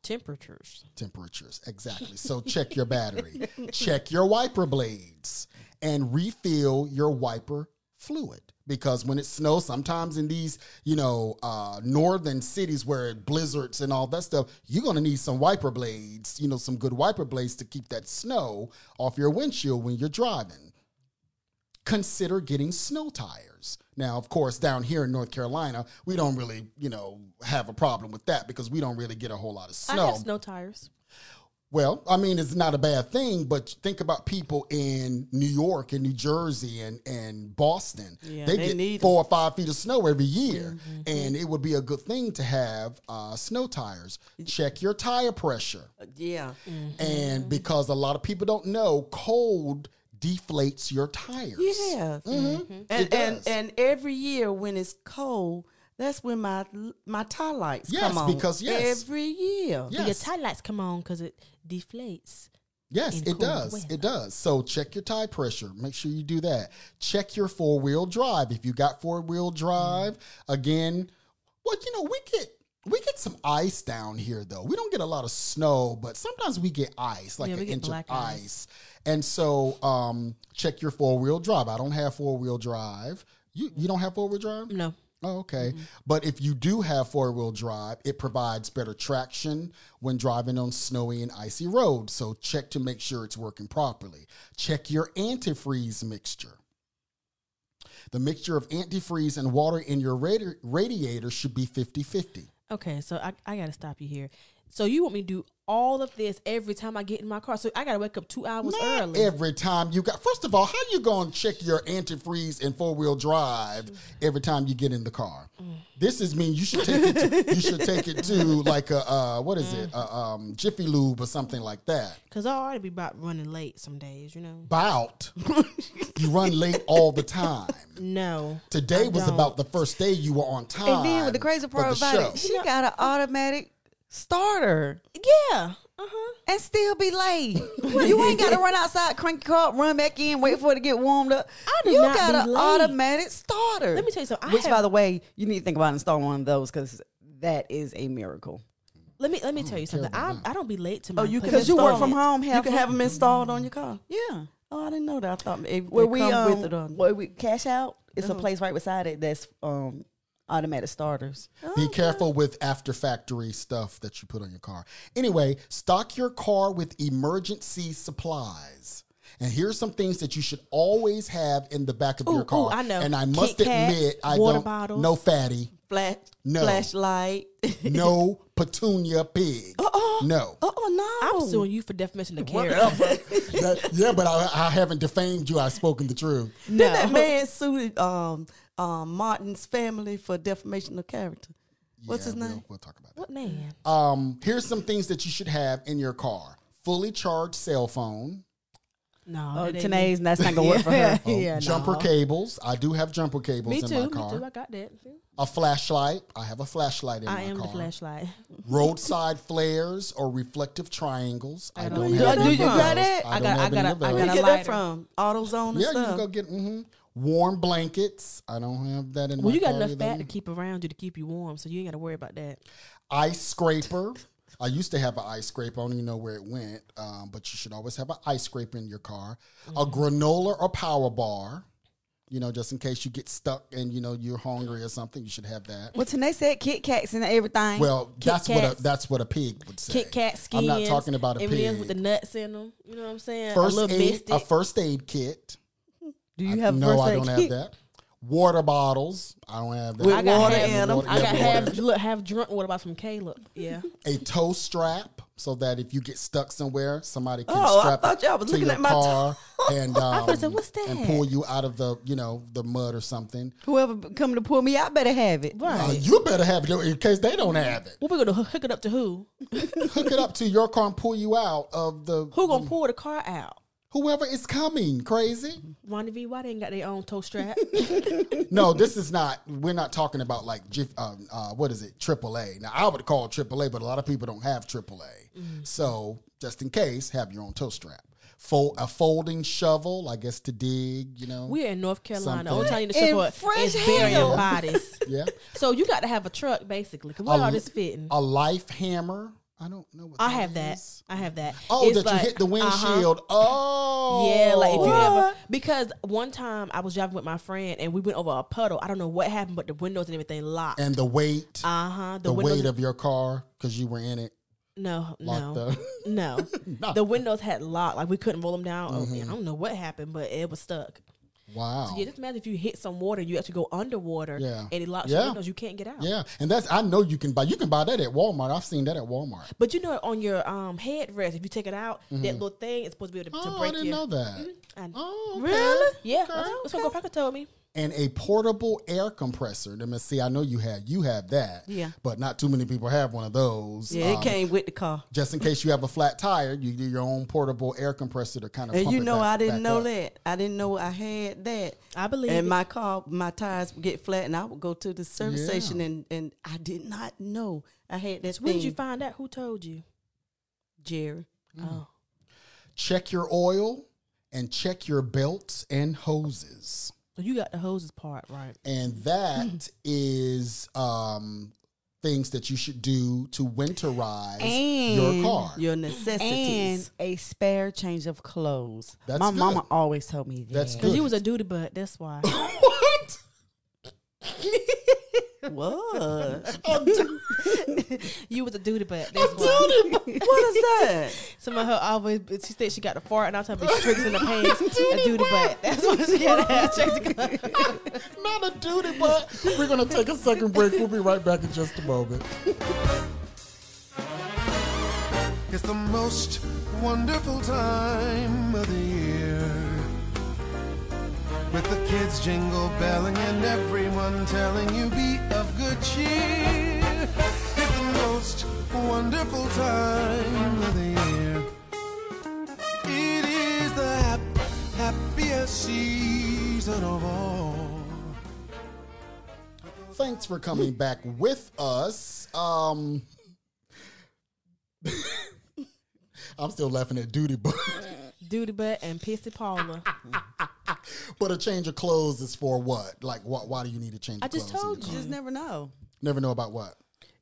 Speaker 4: Temperatures.
Speaker 2: Temperatures, exactly. So check your battery, check your wiper blades, and refill your wiper fluid. Because when it snows, sometimes in these, you know, uh, northern cities where it blizzards and all that stuff, you're gonna need some wiper blades, you know, some good wiper blades to keep that snow off your windshield when you're driving consider getting snow tires. Now, of course, down here in North Carolina, we don't really, you know, have a problem with that because we don't really get a whole lot of
Speaker 4: I
Speaker 2: snow.
Speaker 4: have snow tires.
Speaker 2: Well, I mean, it's not a bad thing, but think about people in New York and New Jersey and, and Boston.
Speaker 3: Yeah,
Speaker 2: they,
Speaker 3: they
Speaker 2: get
Speaker 3: need Mm-hmm. 'em.
Speaker 2: four or five feet of snow every year, and it would be a good thing to have uh, snow tires. Check your tire pressure.
Speaker 3: Uh, Yeah.
Speaker 2: And because a lot of people don't know, cold deflates your tires.
Speaker 3: Yeah.
Speaker 2: It
Speaker 3: And and
Speaker 2: does.
Speaker 3: and every year when it's cold, that's when my my tie lights
Speaker 2: Yes,
Speaker 3: come on.
Speaker 2: because- yes.
Speaker 3: every year.
Speaker 4: Do Your
Speaker 2: Yes.
Speaker 4: tie lights come on because it deflates.
Speaker 2: Yes,
Speaker 4: in
Speaker 2: it
Speaker 4: cold
Speaker 2: does.
Speaker 4: weather.
Speaker 2: It does. So check your tire pressure. Make sure you do that. Check your four wheel drive. If you got four wheel drive,
Speaker 4: Mm-hmm.
Speaker 2: again, well, you know, we get we get some ice down here though. We don't get a lot of snow, but sometimes we get ice, like
Speaker 4: Yeah, we
Speaker 2: an
Speaker 4: get
Speaker 2: inch of ice.
Speaker 4: black ice.
Speaker 2: And so um check your four wheel drive. I don't have four wheel drive. You
Speaker 4: Mm-hmm.
Speaker 2: you don't have four wheel drive?
Speaker 4: No.
Speaker 2: Oh, okay. But if you do have four wheel drive, it provides better traction when driving on snowy and icy roads. So check to make sure it's working properly. Check your antifreeze mixture. The mixture of antifreeze and water in your radi- radiator should be 50 50.
Speaker 4: Okay, so I, I got to stop you here. So you want me to do all of this every time I get in my car? So I got to wake up two hours
Speaker 2: Not
Speaker 4: early.
Speaker 2: every time you got. First of all, how you gonna check your antifreeze and four wheel drive every time you get in the car? This is mean you should take it. To, you should take it to like a uh, what is it? A, um, Jiffy Lube or something like that.
Speaker 4: Cause I already be about running late some days, you know.
Speaker 2: Bout you run late all the time.
Speaker 4: No,
Speaker 2: Today
Speaker 4: I
Speaker 2: was
Speaker 4: don't.
Speaker 2: about the first day you were on time.
Speaker 3: And then with the crazy
Speaker 2: for
Speaker 3: part
Speaker 2: the
Speaker 3: about it,
Speaker 2: show.
Speaker 3: she got an automatic starter
Speaker 4: Yeah, uh huh.
Speaker 3: and still be late. you ain't got to run outside, crank your car, up, run back in, wait for it to get warmed up.
Speaker 4: I do
Speaker 3: you
Speaker 4: not
Speaker 3: got
Speaker 4: be
Speaker 3: an
Speaker 4: late.
Speaker 3: automatic starter.
Speaker 4: Let me tell you something. I
Speaker 3: Which, by
Speaker 4: have-
Speaker 3: the way, you need to think about installing one of those because that is a miracle.
Speaker 4: Let me let me tell you something. I I don't be late to my.
Speaker 3: Oh, you
Speaker 4: appointments.
Speaker 3: because you work
Speaker 4: Oh,
Speaker 3: from home.
Speaker 4: You
Speaker 3: Have
Speaker 4: can
Speaker 3: them-
Speaker 4: have them installed on your car.
Speaker 3: Yeah.
Speaker 4: Oh, I didn't know that. I thought it
Speaker 3: Where
Speaker 4: would
Speaker 3: we
Speaker 4: come
Speaker 3: um,
Speaker 4: with it on. Uh-huh.
Speaker 3: where we cash out. It's a place right beside it that's um automatic starters.
Speaker 2: Be careful with after factory stuff that you put on your car. Anyway, stock your car with emergency supplies. And here's some things that you should always have in the back of
Speaker 4: Ooh,
Speaker 2: your car.
Speaker 4: ooh, I know.
Speaker 2: And I must
Speaker 4: Kit Kats,
Speaker 2: admit, I
Speaker 4: water
Speaker 2: don't
Speaker 4: bottles.
Speaker 2: no fatty,
Speaker 3: Flash,
Speaker 2: No.
Speaker 3: flashlight.
Speaker 2: no petunia pig.
Speaker 4: Uh-uh.
Speaker 2: No.
Speaker 3: oh no!
Speaker 4: I'm suing you for defamation of character.
Speaker 2: That- yeah, but I, I haven't defamed you. I've spoken the truth.
Speaker 3: Then that man sued um, um, Martin's family for defamation of character. What's
Speaker 2: Yeah,
Speaker 3: his
Speaker 2: we'll-
Speaker 3: name?
Speaker 2: We'll talk about that.
Speaker 4: What man?
Speaker 2: Um, here's some things that you should have in your car: fully charged cell phone,
Speaker 4: No,
Speaker 3: Oh,
Speaker 4: that ain't
Speaker 3: today's
Speaker 4: me.
Speaker 3: that's not gonna work for her.
Speaker 4: Yeah, yeah,
Speaker 2: Oh, jumper
Speaker 4: no.
Speaker 2: cables. I do have jumper cables
Speaker 4: Me
Speaker 2: in
Speaker 4: too.
Speaker 2: my
Speaker 4: Me
Speaker 2: car.
Speaker 4: too. I got that.
Speaker 2: A flashlight. I have a flashlight in
Speaker 4: I
Speaker 2: my
Speaker 4: am
Speaker 2: car. Oh,
Speaker 4: the flashlight.
Speaker 2: Roadside flares or reflective triangles. I
Speaker 4: don't
Speaker 2: don't
Speaker 4: either.
Speaker 2: have
Speaker 4: Do
Speaker 2: any
Speaker 4: you
Speaker 2: of those.
Speaker 4: got
Speaker 3: it?
Speaker 2: I
Speaker 3: I
Speaker 2: don't
Speaker 3: got-
Speaker 2: have
Speaker 3: I got
Speaker 2: any of
Speaker 3: a- I
Speaker 2: those.
Speaker 3: got
Speaker 4: Where
Speaker 3: a
Speaker 4: you get
Speaker 3: lighter.
Speaker 4: that from? AutoZone and
Speaker 2: Yeah, you can
Speaker 4: stuff.
Speaker 2: go get hmm warm blankets. I don't have that in my
Speaker 4: well, you got
Speaker 2: car
Speaker 4: enough
Speaker 2: either.
Speaker 4: fat to keep around you to keep you warm, so you ain't got to worry about that.
Speaker 2: ice scraper. I used to have an ice scraper. I don't even know where it went, um, but you should always have an ice scraper in your car. A
Speaker 4: Mm-hmm.
Speaker 2: granola or power bar, you know, just in case you get stuck and you know you're hungry or something. You should have that.
Speaker 3: Well, Tanae said Kit Kats and everything.
Speaker 2: Well,
Speaker 4: Kit
Speaker 2: that's what
Speaker 4: Kats.
Speaker 2: a, that's what a pig would say.
Speaker 4: Kit Kat
Speaker 2: I'm
Speaker 4: skins.
Speaker 2: not talking about a
Speaker 4: M&Ms
Speaker 2: pig.
Speaker 4: with the nuts in them. You know what I'm saying?
Speaker 2: first
Speaker 4: a little
Speaker 2: aid,
Speaker 4: mystic.
Speaker 2: a first aid kit.
Speaker 3: do you have
Speaker 2: I,
Speaker 3: a
Speaker 2: no,
Speaker 3: first
Speaker 2: I
Speaker 3: aid
Speaker 2: don't
Speaker 3: kit?
Speaker 2: have that. Water bottles. I don't have that.
Speaker 3: With
Speaker 4: I got
Speaker 3: water
Speaker 4: half,
Speaker 3: in 'em.
Speaker 4: I got
Speaker 2: Yeah,
Speaker 4: half,
Speaker 2: water.
Speaker 4: look, half drunk water about from Caleb. Yeah.
Speaker 2: a toe strap so that if you get stuck somewhere, somebody can
Speaker 3: Oh, I
Speaker 2: strap it
Speaker 3: thought y'all was
Speaker 2: to
Speaker 3: looking
Speaker 2: your
Speaker 3: at my toe.
Speaker 2: car and um,
Speaker 4: said, "What's that?"
Speaker 2: and pull you out of the you know the mud or something.
Speaker 3: Whoever come to pull me out better have it.
Speaker 4: Right.
Speaker 2: Uh, you better have it in case they don't have it.
Speaker 4: well, we're going to hook it up to who?
Speaker 2: Hook it up to your car and pull you out of the
Speaker 4: Who going to pull the car out?
Speaker 2: whoever is coming. Crazy?
Speaker 4: Ronnie V, why they ain't got their own toe strap?
Speaker 2: No, this is not. We're not talking about like Jif- um, uh, what is it? AAA. Now I would call it AAA, but a lot of people don't have AAA.
Speaker 4: Mm-hmm.
Speaker 2: So just in case, have your own toe strap. Fold a folding shovel, I guess, to dig. You know,
Speaker 4: We're in North Carolina.
Speaker 2: Something.
Speaker 4: Only time you need
Speaker 3: In
Speaker 4: to support
Speaker 3: Fresh
Speaker 4: is burying
Speaker 3: Hill.
Speaker 4: bodies.
Speaker 2: yeah.
Speaker 4: So you got to have a truck, basically. 'cause Where
Speaker 2: A-
Speaker 4: all this fitting?
Speaker 2: A life hammer. I don't know what
Speaker 4: I have that.
Speaker 2: is.
Speaker 4: I have that.
Speaker 2: Oh,
Speaker 4: It's
Speaker 2: that
Speaker 4: like-
Speaker 2: you hit the
Speaker 4: uh-huh.
Speaker 2: windshield. Oh,
Speaker 4: Yeah, like if you ever
Speaker 3: What?
Speaker 4: because one time I was driving with my friend and we went over a puddle. I don't know what happened, but the windows and everything locked.
Speaker 2: and the weight,
Speaker 4: Uh huh.
Speaker 2: the,
Speaker 4: The, windows.
Speaker 2: weight of your car because you were in it.
Speaker 4: no, no,
Speaker 2: Locked up.
Speaker 4: no. The windows had locked. Like we couldn't roll them down. Oh,
Speaker 2: Mm-hmm.
Speaker 4: man, I don't know what happened, but it was stuck.
Speaker 2: Wow.
Speaker 4: Yeah, just imagine if you hit some water, you actually go underwater,
Speaker 2: Oh. Yeah.
Speaker 4: and it locks
Speaker 2: Yeah.
Speaker 4: your windows. You can't get out.
Speaker 2: Yeah, and that's I know you can buy you can buy that at Walmart. I've seen that at Walmart.
Speaker 4: But you know, on your um headrest, if you take it out,
Speaker 3: Mm-hmm.
Speaker 4: that little thing is supposed to be able to,
Speaker 2: oh,
Speaker 4: to break
Speaker 2: I didn't
Speaker 4: you.
Speaker 2: know that.
Speaker 4: And-
Speaker 2: Oh, okay.
Speaker 4: Really? Yeah. That's,
Speaker 2: Okay,
Speaker 4: that's what Gopaka told me.
Speaker 2: And a portable air compressor. Let me see. I know you had you have that.
Speaker 3: Yeah.
Speaker 2: But not too many people have one of those.
Speaker 3: Yeah, it
Speaker 2: Um,
Speaker 3: came with the car.
Speaker 2: Just in case you have a flat tire, you do your own portable air compressor to kind of.
Speaker 3: And
Speaker 2: pump
Speaker 3: you
Speaker 2: it
Speaker 3: know,
Speaker 2: back-
Speaker 3: I didn't
Speaker 2: back
Speaker 3: know
Speaker 2: up.
Speaker 3: that. I didn't know I had that.
Speaker 4: I believe
Speaker 3: And
Speaker 4: it.
Speaker 3: my car, my tires would get flat, and I would go to the service
Speaker 2: Yeah.
Speaker 3: station, and, and I did not know I had that.
Speaker 4: When did
Speaker 3: thing.
Speaker 4: you find out? Who told you?
Speaker 3: Jerry? Mm-hmm.
Speaker 4: Oh,
Speaker 2: Check your oil and check your belts and hoses.
Speaker 4: so you got the hoses part right.
Speaker 2: And that is um, things that you should do to winterize your
Speaker 3: And
Speaker 2: car.
Speaker 3: Your necessities.
Speaker 7: and a spare change of clothes.
Speaker 2: That's
Speaker 7: My
Speaker 2: good.
Speaker 7: mama always told me that.
Speaker 2: That's
Speaker 4: Cause
Speaker 2: good.
Speaker 4: you was a duty butt. That's why.
Speaker 2: what?
Speaker 7: What?
Speaker 4: you was a duty butt. That's why.
Speaker 7: what is that?
Speaker 4: Some of her always, she said she got the fart, and I tell her she tricks in the pants. a duty butt. That's why she got to have changed the color.
Speaker 2: Not a duty, but we're going to take a second break. We'll be right back in just a moment.
Speaker 6: It's the most wonderful time of the year. With the kids jingle belling and everyone telling you be of good cheer. It's the most wonderful time of the year. It is the hap- happiest season of all.
Speaker 2: Thanks for coming back with us. Um, I'm still laughing at duty, but
Speaker 4: Duty butt and pissy Paula.
Speaker 2: but a change of clothes is for what? Like, what? Why do you need a change?
Speaker 4: I
Speaker 2: of
Speaker 4: just
Speaker 2: clothes in your
Speaker 4: told
Speaker 2: car?
Speaker 3: You just never know.
Speaker 2: Never know about what.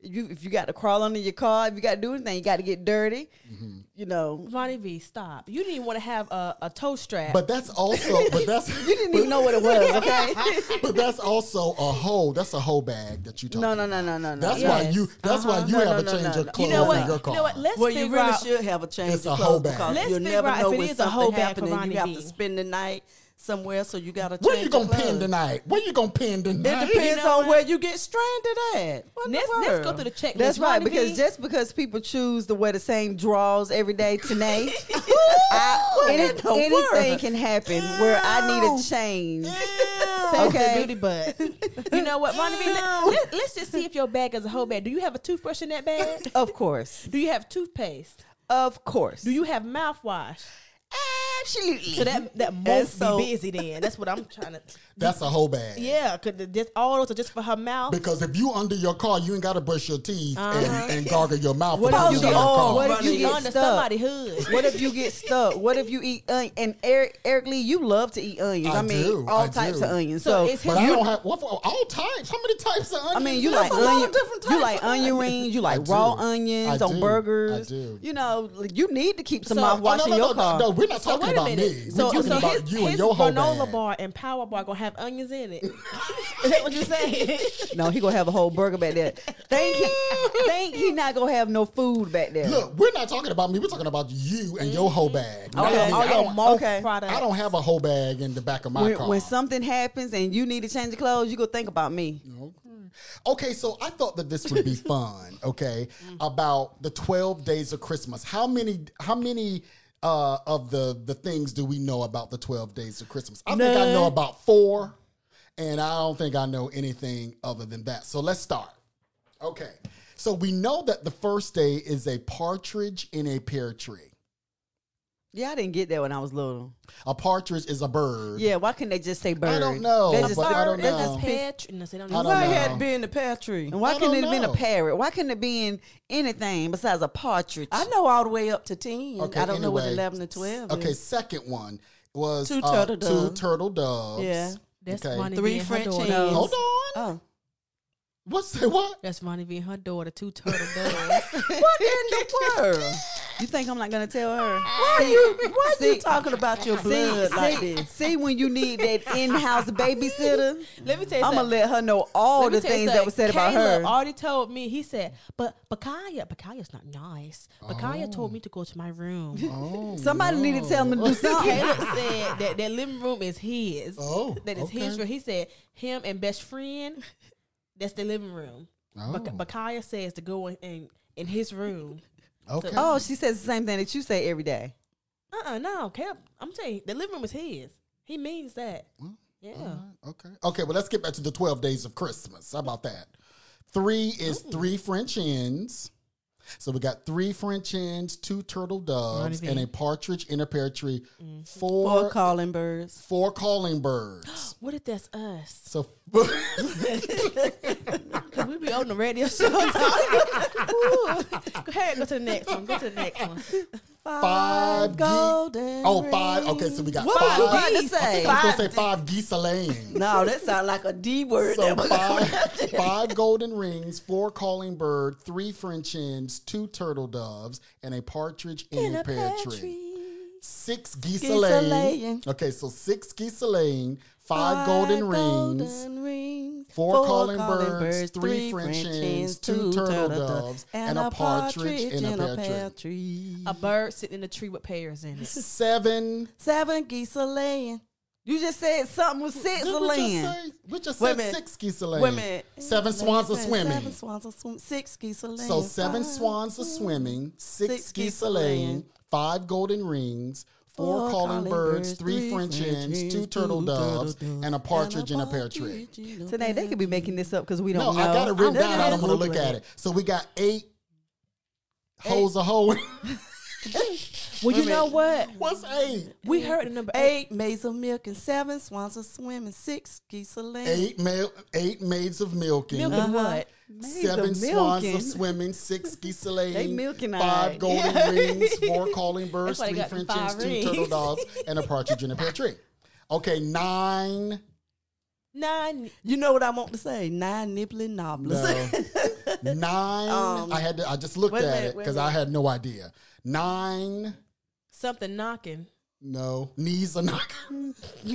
Speaker 3: You if you got to crawl under your car, if you got to do anything, you got to get dirty.
Speaker 2: Mm-hmm.
Speaker 3: You know,
Speaker 4: Ronnie V, stop. You didn't even want to have a, a toe strap.
Speaker 2: But that's also, but that's
Speaker 3: you didn't even know what it was. Okay.
Speaker 2: but that's also a whole. That's a whole bag that you talking.
Speaker 3: No, no, no,
Speaker 2: about.
Speaker 3: no, no, no.
Speaker 2: That's why
Speaker 3: Yes.
Speaker 2: you. That's
Speaker 4: Uh-huh.
Speaker 2: why you
Speaker 3: No,
Speaker 2: have
Speaker 3: no,
Speaker 2: a
Speaker 3: no,
Speaker 2: change
Speaker 3: no,
Speaker 2: of
Speaker 3: no.
Speaker 2: clothes
Speaker 4: you know
Speaker 2: in
Speaker 4: what?
Speaker 2: your
Speaker 4: You
Speaker 2: car.
Speaker 4: know what? Let's
Speaker 3: well,
Speaker 4: figure
Speaker 3: you really
Speaker 4: out.
Speaker 3: should have a change
Speaker 2: It's
Speaker 3: of
Speaker 2: a
Speaker 3: clothes
Speaker 2: whole bag.
Speaker 3: because
Speaker 4: Let's
Speaker 3: you
Speaker 4: figure
Speaker 3: never
Speaker 4: out
Speaker 3: know
Speaker 4: if it
Speaker 3: when
Speaker 4: is a
Speaker 3: something
Speaker 4: whole bag for
Speaker 3: happens.
Speaker 4: Ronnie
Speaker 3: you have
Speaker 4: B.
Speaker 3: to spend the night somewhere, so you got to change.
Speaker 2: Where you
Speaker 3: your
Speaker 2: gonna pin
Speaker 3: clothes.
Speaker 2: tonight? Where you gonna pin tonight?
Speaker 3: It depends
Speaker 4: know
Speaker 3: on
Speaker 4: what?
Speaker 3: where you get stranded at. What in the
Speaker 4: Let's- let's go
Speaker 3: world?
Speaker 4: through the checklist.
Speaker 3: That's right,
Speaker 4: Ronnie
Speaker 3: because
Speaker 4: B.
Speaker 3: just because people choose to wear the same drawers every day today, I, any-
Speaker 7: in the
Speaker 3: anything
Speaker 7: world?
Speaker 3: can happen where I need a change.
Speaker 4: That's
Speaker 3: Okay.
Speaker 4: the duty butt. You know what, Ronnie? V, Let, let, let's just see if your bag is a whole bag. Do you have a toothbrush in that bag?
Speaker 3: Of course,
Speaker 4: Do you have toothpaste?
Speaker 3: of course.
Speaker 4: Do you have mouthwash?
Speaker 3: Ah, Absolutely.
Speaker 4: So that that mouth
Speaker 3: so-
Speaker 4: be busy then. That's what I'm trying to.
Speaker 2: That's a whole bag.
Speaker 4: Yeah, cause the- just all those are just for her mouth.
Speaker 2: Because if you under your car, you ain't got to brush your teeth and, and gargle your mouth.
Speaker 4: Uh-huh. What
Speaker 2: when
Speaker 4: if
Speaker 2: you under
Speaker 4: you get
Speaker 2: your car.
Speaker 3: What if
Speaker 4: Running
Speaker 3: you get
Speaker 4: under
Speaker 3: stuck?
Speaker 4: somebody hood?
Speaker 3: What if you get stuck? What if you eat onion? And Eric, Eric Lee, you love to eat onions.
Speaker 2: I
Speaker 3: I, mean,
Speaker 2: do,
Speaker 3: all
Speaker 2: I
Speaker 3: types
Speaker 2: do.
Speaker 3: of onions.
Speaker 4: So
Speaker 3: So,
Speaker 4: it's
Speaker 2: But
Speaker 4: You-
Speaker 2: I don't have what for, all types. How many types of onions?
Speaker 3: I mean, you
Speaker 2: That's
Speaker 3: like
Speaker 2: a lot of
Speaker 3: onion,
Speaker 2: different
Speaker 3: you
Speaker 2: types
Speaker 3: like
Speaker 2: of
Speaker 3: onion
Speaker 2: onions.
Speaker 3: rings, you
Speaker 2: I
Speaker 3: like
Speaker 2: do.
Speaker 3: raw
Speaker 2: I
Speaker 3: onions
Speaker 2: do.
Speaker 3: on burgers.
Speaker 2: I do.
Speaker 3: You know, like, you need to keep some
Speaker 4: So-
Speaker 3: mouth
Speaker 2: Oh,
Speaker 3: washing
Speaker 2: no, no,
Speaker 3: your
Speaker 2: no,
Speaker 3: car.
Speaker 2: No, we're not
Speaker 4: So
Speaker 2: talking
Speaker 4: wait a
Speaker 2: about me.
Speaker 4: minute.
Speaker 2: We're
Speaker 4: So,
Speaker 2: talking
Speaker 4: so
Speaker 2: about
Speaker 4: his,
Speaker 2: you and
Speaker 4: his
Speaker 2: your whole
Speaker 4: granola
Speaker 2: bag.
Speaker 4: bar and power bar gonna have onions in it. Is that what you saying?
Speaker 3: No, he gonna have a whole burger back there. Think he, think he not gonna have no food back there.
Speaker 2: Look, we're not talking about me. We're talking about you and your whole bag. Not
Speaker 3: Okay.
Speaker 2: me.
Speaker 4: Mm-hmm. All
Speaker 2: I,
Speaker 4: your
Speaker 2: don't,
Speaker 4: mouth
Speaker 3: okay.
Speaker 4: products.
Speaker 2: I don't have a whole bag in the back of my
Speaker 3: when,
Speaker 2: car.
Speaker 3: when something happens and you need to change your clothes, you go think about me.
Speaker 2: Okay, so I thought that this would be fun. Okay,
Speaker 3: Mm.
Speaker 2: about the twelve days of Christmas. How many? How many? Uh, of the the things do we know about the twelve days of Christmas? I think I know about four, and I don't think I know anything other than that. So let's start. Okay, so we know that the first day is a partridge in a pear tree.
Speaker 3: Yeah, I didn't get that when I was little.
Speaker 2: A partridge is a bird.
Speaker 3: Yeah, why couldn't they just say bird?
Speaker 2: I don't know,
Speaker 3: They
Speaker 2: but
Speaker 3: just
Speaker 2: I don't
Speaker 3: they just
Speaker 2: know.
Speaker 3: pick-
Speaker 4: Petri- no, they don't
Speaker 2: I
Speaker 4: know.
Speaker 2: don't
Speaker 7: Why
Speaker 2: know.
Speaker 7: had to be in the pear tree?
Speaker 3: And why
Speaker 2: I
Speaker 3: couldn't it
Speaker 2: don't
Speaker 3: have been a
Speaker 2: know.
Speaker 3: parrot? Why couldn't it been anything besides a partridge?
Speaker 7: I know all the way up to 10.
Speaker 2: Okay,
Speaker 7: I don't know what
Speaker 2: anyway.
Speaker 7: 11 and 12
Speaker 2: Okay,
Speaker 7: is.
Speaker 2: second one was
Speaker 7: Two
Speaker 2: uh,
Speaker 7: turtle
Speaker 2: Two
Speaker 7: doves.
Speaker 2: turtle doves.
Speaker 7: Yeah.
Speaker 4: That's
Speaker 2: Okay.
Speaker 4: Ronnie V
Speaker 7: Three
Speaker 4: and her
Speaker 7: French
Speaker 4: daughter.
Speaker 7: eggs.
Speaker 2: Hold on.
Speaker 7: Oh.
Speaker 2: What's that? What?
Speaker 4: That's Ronnie V and her daughter. Two turtle doves.
Speaker 7: What in the world?
Speaker 3: You think I'm not gonna tell her?
Speaker 7: Why are you, why are
Speaker 3: see-
Speaker 7: you talking about your blood like
Speaker 3: see,
Speaker 7: this?
Speaker 3: see when you need that in-house babysitter,
Speaker 4: Let me tell you
Speaker 3: I'm gonna
Speaker 4: something.
Speaker 3: let her know all
Speaker 4: Let me
Speaker 3: the
Speaker 4: tell you
Speaker 3: things that was said
Speaker 4: something.
Speaker 3: about
Speaker 4: Caleb
Speaker 3: her.
Speaker 4: Already told me. He said, "But Bakaya, Bakaya's not nice. Bakaya
Speaker 3: Oh.
Speaker 4: told me to go to my room."
Speaker 3: Somebody need to tell them to do something.
Speaker 4: Caleb said that that living room is his.
Speaker 2: Oh,
Speaker 4: that is his
Speaker 2: okay.
Speaker 4: room. He said him and best friend. That's the living room.
Speaker 2: Oh,
Speaker 4: Bak- Bakaya says to go in in, in his room.
Speaker 2: okay.
Speaker 3: oh, she says the same thing that you say every day.
Speaker 4: Uh uh no, Caleb. I'm telling you, the living room is his. He means that.
Speaker 2: Mm.
Speaker 4: Yeah.
Speaker 2: Okay. Okay. Well, let's get back to the twelve days of Christmas. How about that? Three is three French hens. So we got three French hens, two turtle doves, and a partridge in a pear tree.
Speaker 7: Mm-hmm. Four
Speaker 2: Four,
Speaker 7: calling birds.
Speaker 2: four calling birds.
Speaker 4: What if that's us?
Speaker 2: So
Speaker 4: Could we be on the radio show? Ooh. Go ahead, go to the next one. Go to the next one.
Speaker 2: five ge-
Speaker 7: golden
Speaker 2: Oh, five. Okay, so we got
Speaker 3: What was you about
Speaker 2: five.
Speaker 3: to say?
Speaker 2: I was gonna say five geese a lane.
Speaker 7: No, that sounds like a D word.
Speaker 2: So
Speaker 7: that was
Speaker 2: five, five golden rings, four calling bird, three French hens, two turtle doves, and a partridge in, a pear, tree. Six geese a laying.
Speaker 7: laying.
Speaker 2: Okay, so six geese a laying, five, golden rings.
Speaker 7: golden rings,
Speaker 2: four calling birds, three French hens, two turtle doves, and a partridge in a pear tree.
Speaker 7: tree.
Speaker 4: A bird sitting in a tree with pears in it.
Speaker 2: Seven.
Speaker 7: Seven geese a laying.
Speaker 3: You just said something was six
Speaker 2: Did
Speaker 3: a
Speaker 2: we just
Speaker 3: land.
Speaker 2: say- We just
Speaker 7: Wait a
Speaker 2: said
Speaker 7: minute.
Speaker 2: six geese a laying.
Speaker 7: Women.
Speaker 2: Seven swans are swimming.
Speaker 7: Seven swans are swimming. Six geese a laying.
Speaker 2: So seven
Speaker 7: Five.
Speaker 2: swans are swimming, six,
Speaker 7: Six
Speaker 2: geese
Speaker 7: geese
Speaker 2: a
Speaker 7: are
Speaker 2: laying,
Speaker 7: laying.
Speaker 2: five golden rings, four,
Speaker 7: Four
Speaker 2: calling,
Speaker 7: calling
Speaker 2: birds,
Speaker 7: birds,
Speaker 2: three
Speaker 7: three
Speaker 2: French
Speaker 7: French
Speaker 2: hens,
Speaker 7: hens,
Speaker 2: two
Speaker 7: two
Speaker 2: turtle
Speaker 7: turtle
Speaker 2: doves,
Speaker 7: doves,
Speaker 2: and a partridge in a pear tree.
Speaker 7: partridge in a
Speaker 3: Today they could be making this up because we
Speaker 2: No,
Speaker 3: don't know.
Speaker 2: I got it written
Speaker 7: I
Speaker 2: down. I don't
Speaker 7: didn't
Speaker 2: want to look
Speaker 7: Google
Speaker 2: at
Speaker 7: it.
Speaker 2: it. So we got eight hoes a hoe.
Speaker 4: Well, you know what?
Speaker 2: What's eight?
Speaker 4: We heard the number eight.
Speaker 7: Eight maids of milk and seven swans are swimming. Six geese a laying.
Speaker 2: Eight male, eight maids of milking.
Speaker 4: Milk and what?
Speaker 2: Seven
Speaker 3: Maids are
Speaker 2: swans are
Speaker 3: milking.
Speaker 2: swimming, six geese a laying,
Speaker 3: They milking
Speaker 2: five
Speaker 3: alright.
Speaker 2: golden rings, four calling birds,
Speaker 4: why they
Speaker 2: three
Speaker 4: got
Speaker 2: French
Speaker 4: them
Speaker 2: hens,
Speaker 4: five
Speaker 2: two
Speaker 4: rings.
Speaker 2: turtle doves, and a partridge in a pear tree. Okay, nine.
Speaker 4: Nine.
Speaker 7: You know what I want to say? Nine nibbling nobblers.
Speaker 2: No. nine. I had to, I just looked
Speaker 7: wait a
Speaker 2: at
Speaker 7: minute,
Speaker 2: it
Speaker 7: wait a
Speaker 2: because I had no idea. Nine.
Speaker 4: Something knocking.
Speaker 2: No, knees are not.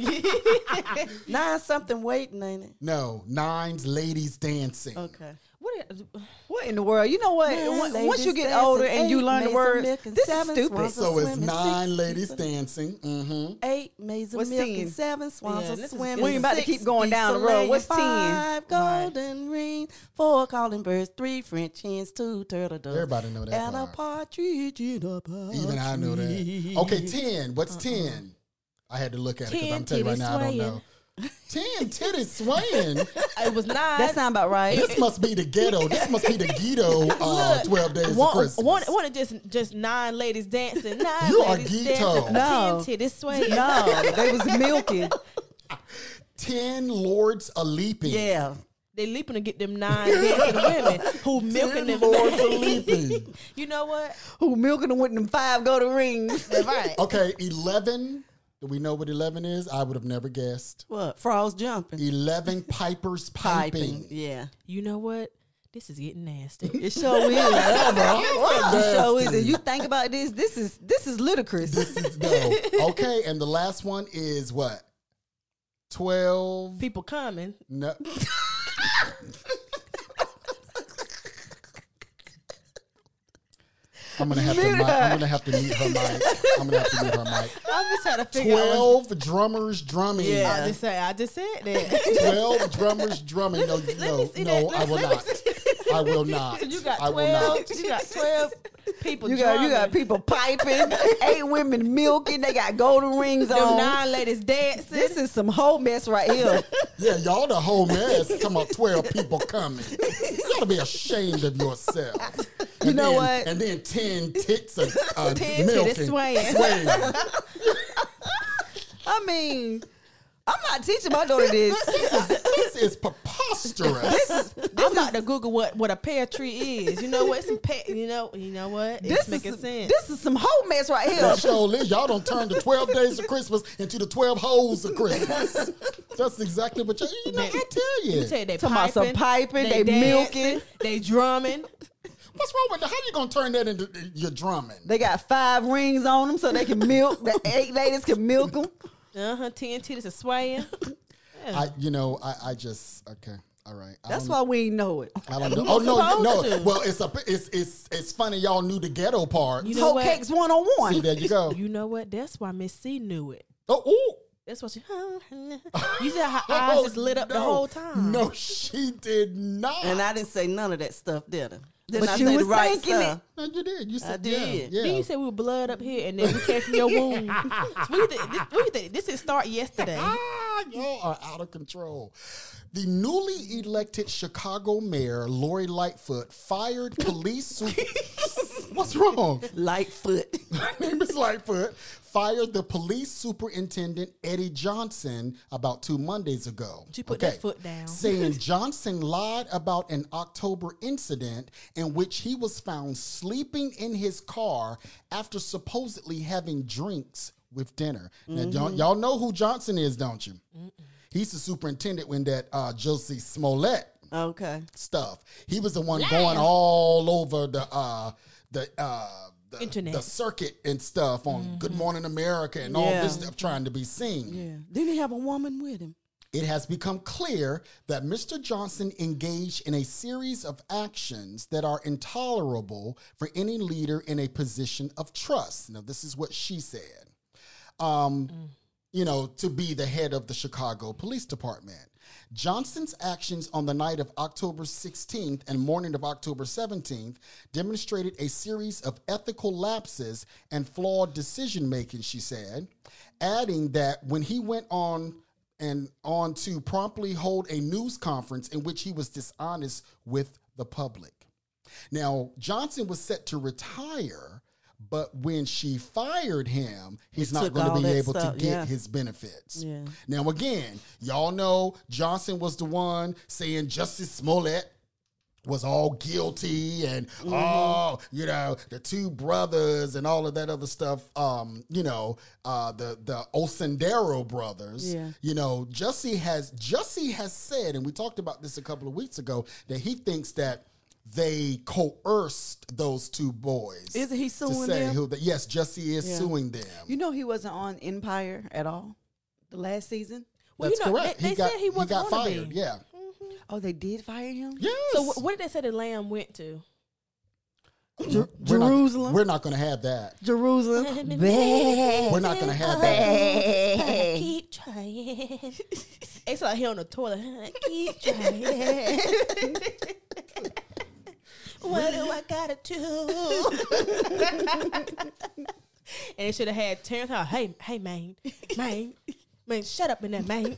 Speaker 7: Nine something waiting, ain't it?
Speaker 2: No, nines. Ladies dancing.
Speaker 7: Okay.
Speaker 4: What? Is,
Speaker 3: What in the world? You know what? Once- Once you get older and you learn the words, this is stupid.
Speaker 2: So it's nine ladies dancing. Mm-hmm.
Speaker 7: Eight maids of
Speaker 3: What's
Speaker 7: milk
Speaker 3: 10?
Speaker 7: and seven swans
Speaker 4: Yeah,
Speaker 7: are
Speaker 4: this is-
Speaker 7: swimming.
Speaker 4: we ain't
Speaker 3: about to
Speaker 7: Six
Speaker 3: keep going down the
Speaker 7: geese
Speaker 3: road.
Speaker 7: a-laying,
Speaker 3: What's 10?
Speaker 7: Five golden rings, four calling birds, three French hens, two turtle doves.
Speaker 2: Everybody know that
Speaker 7: And
Speaker 2: part.
Speaker 7: a partridge in a pear
Speaker 2: Even I know that.
Speaker 7: tree.
Speaker 2: Okay, ten. What's ten? I had to look at it because
Speaker 4: 10,
Speaker 2: I'm telling you right now, I
Speaker 4: Uh-uh. titties
Speaker 2: don't
Speaker 4: swaying.
Speaker 2: know. Ten titties swaying.
Speaker 4: It was not.
Speaker 3: That sound about right.
Speaker 2: This must be the ghetto. This must be the ghetto. Uh, Twelve days of
Speaker 4: One,
Speaker 2: Christmas.
Speaker 4: one, one of just just nine ladies dancing. Nine
Speaker 2: You are
Speaker 4: ladies
Speaker 2: ghetto.
Speaker 4: dancing.
Speaker 3: No.
Speaker 4: Ten titties swaying.
Speaker 3: No, they was milking.
Speaker 2: Ten lords a leaping.
Speaker 3: Yeah.
Speaker 4: They leaping to get them nine dancing women who milking
Speaker 2: Ten
Speaker 4: them.
Speaker 2: lords a leaping.
Speaker 4: You know what?
Speaker 3: Who milking them with them five golden rings?
Speaker 4: Right.
Speaker 2: Okay, eleven. Do we know what eleven is? I would have never guessed.
Speaker 7: What? Frogs jumping.
Speaker 2: Eleven pipers piping.
Speaker 7: Piping. Yeah.
Speaker 4: You know what? This is getting nasty.
Speaker 3: It sure is.
Speaker 2: Ah!
Speaker 3: it sure is.
Speaker 2: nasty.
Speaker 3: And you think about this, this is this is ludicrous.
Speaker 2: No. Okay, and the last one is what? Twelve.
Speaker 4: People coming.
Speaker 2: No. I'm gonna have to. mi- I'm gonna have to mute her mic. I'm gonna have to mute her mic.
Speaker 4: I'm just trying to figure out. what-
Speaker 2: Twelve drummers drumming.
Speaker 4: I just say I just said that.
Speaker 2: Twelve drummers drumming. No, no,
Speaker 4: see
Speaker 2: no.
Speaker 4: that.
Speaker 2: I will
Speaker 4: Let me
Speaker 2: not. I will not.
Speaker 4: you got
Speaker 2: I will not.
Speaker 4: twelve. You got twelve people.
Speaker 3: You got you got
Speaker 4: drumming.
Speaker 3: people piping, eight women milking, they got golden rings
Speaker 4: Them
Speaker 3: on.
Speaker 4: nine ladies dancing.
Speaker 3: This is some whole mess right here.
Speaker 2: Yeah, y'all the whole mess. Talking about twelve people coming. You gotta be ashamed of yourself. You
Speaker 3: know
Speaker 2: then,
Speaker 3: what?
Speaker 2: And then ten tits of uh,
Speaker 4: Ten
Speaker 2: milk
Speaker 4: titties
Speaker 2: and
Speaker 4: swaying.
Speaker 2: swaying.
Speaker 3: I mean, I'm not teaching my daughter this.
Speaker 2: this is preposterous.
Speaker 4: I'm about to Google what, what a pear tree is. You know what? Some pear, you know you know what? It's
Speaker 3: This
Speaker 4: making
Speaker 3: is
Speaker 4: sense.
Speaker 3: this is some whole mess right here.
Speaker 2: That show Liz, y'all don't turn the 12 days of Christmas into the 12 holes of Christmas. That's exactly what you you know, I tell you.
Speaker 4: Tell you they
Speaker 3: Talking about
Speaker 4: piping,
Speaker 3: some piping, they
Speaker 4: dancing,
Speaker 3: milking.
Speaker 4: they drumming.
Speaker 2: What's wrong with that? How you gonna turn that into uh, your drumming?
Speaker 3: They got five rings on them so they can milk. The eight ladies can milk them.
Speaker 4: Uh huh. Ten titties are swaying.
Speaker 2: I you know, I, I just okay. All right. I
Speaker 3: That's
Speaker 2: don't-
Speaker 3: why we ain't know it.
Speaker 2: I don't know. Oh no,
Speaker 4: supposed
Speaker 2: no.
Speaker 4: to.
Speaker 2: Well, it's a it's it's it's funny y'all knew the ghetto part.
Speaker 4: You know
Speaker 3: Whole
Speaker 4: what?
Speaker 3: cakes one on
Speaker 2: See,
Speaker 3: one.
Speaker 2: there you go.
Speaker 4: You know what? That's why Miss C knew it.
Speaker 2: Oh, ooh.
Speaker 4: That's what she. you see how her eyes just lit up the
Speaker 2: no.
Speaker 4: whole time.
Speaker 2: No, she did not.
Speaker 7: And I didn't say none of that stuff, did I? Didn't
Speaker 3: But
Speaker 7: I
Speaker 3: you
Speaker 7: say the
Speaker 3: was
Speaker 7: right
Speaker 3: thinking
Speaker 7: stuff?
Speaker 2: No, you did. You said
Speaker 7: did.
Speaker 2: Yeah.
Speaker 4: Then
Speaker 2: yeah.
Speaker 4: you said we were blood up here, and then we came from your womb. what you think? This, what you think? This did start yesterday.
Speaker 2: Ah, y'all are out of control. The newly elected Chicago mayor, Lori Lightfoot, fired police. Su- What's wrong?
Speaker 7: Lightfoot.
Speaker 2: Her name is Lightfoot. Fired the police superintendent, Eddie Johnson, about two Mondays ago.
Speaker 4: She put that foot down.
Speaker 2: Saying Johnson lied about an October incident in which he was found sleeping in his car after supposedly having drinks with dinner. Now,
Speaker 4: Mm-hmm.
Speaker 2: y'all, y'all know who Johnson is, don't you? He's the superintendent when that uh, Josie Smollett
Speaker 7: Okay.
Speaker 2: stuff. He was the one going all over the uh the uh the,
Speaker 4: Internet.
Speaker 2: the circuit and stuff on Good Morning America and all this
Speaker 7: Mm-hmm. Yeah.
Speaker 2: stuff trying to be seen.
Speaker 7: Yeah. Didn't he have a woman with him?
Speaker 2: It has become clear that Mr. Johnson engaged in a series of actions that are intolerable for any leader in a position of trust. Now, this is what she said. Um, You know, to be the head of the Chicago Police Department. Johnson's actions on the night of October 16th and morning of October 17th demonstrated a series of ethical lapses and flawed decision making, she said, adding that when he went on and on to promptly hold a news conference in which he was dishonest with the public. Now, Johnson was set to retire, but when she fired him, he's not
Speaker 7: took
Speaker 2: going
Speaker 7: all
Speaker 2: to be
Speaker 7: that
Speaker 2: able
Speaker 7: stuff,
Speaker 2: to get
Speaker 7: yeah.
Speaker 2: his benefits.
Speaker 7: Yeah.
Speaker 2: Now, again, y'all know Johnson was the one saying Justice Smollett was all guilty and oh you know the two brothers and all of that other stuff um you know uh the the Osendero brothers
Speaker 7: Yeah.
Speaker 2: you know Jussie has Jussie has said and we talked about this a couple of weeks ago that he thinks that they coerced those two boys
Speaker 7: Isn't he
Speaker 2: to
Speaker 7: suing
Speaker 2: say
Speaker 7: them?
Speaker 2: who the, yes Jussie is
Speaker 7: Yeah.
Speaker 2: suing them
Speaker 3: You know he wasn't on Empire at all the last season.
Speaker 4: Well,
Speaker 2: that's
Speaker 4: you know,
Speaker 2: correct
Speaker 4: They, they
Speaker 2: got,
Speaker 4: said he wasn't
Speaker 2: got
Speaker 4: gonna
Speaker 2: fired
Speaker 4: Be.
Speaker 2: yeah
Speaker 3: Oh, they did fire him.
Speaker 2: yes
Speaker 4: So wh- what did they say the lamb went to?
Speaker 2: We're not-
Speaker 7: Jerusalem.
Speaker 2: we're not gonna have that
Speaker 7: Jerusalem.
Speaker 2: we're not gonna have that
Speaker 4: Keep trying. it's like he on the toilet. Keep trying. what do I gotta do? and it should have had Terrence Howard. Hey, hey, man, man, Man, shut up in that man.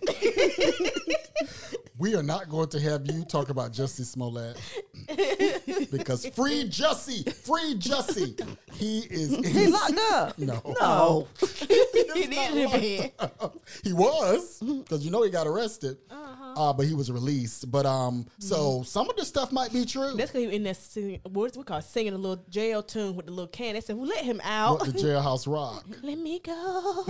Speaker 2: We are not going to have you talk about Jussie Smollett because free Jussie, free Jussie, he is.
Speaker 3: He locked up.
Speaker 2: No,
Speaker 3: No.
Speaker 4: he needed him here.
Speaker 2: he was because you know he got arrested,
Speaker 4: Uh-huh.
Speaker 2: uh, but he was released. But um,
Speaker 4: Mm-hmm.
Speaker 2: so some of this stuff might be true.
Speaker 4: That's because he was in that singing, what's we call it, singing a little jail tune with the little can. They said, well, let him out.
Speaker 2: What the jailhouse rock?
Speaker 4: Let me go.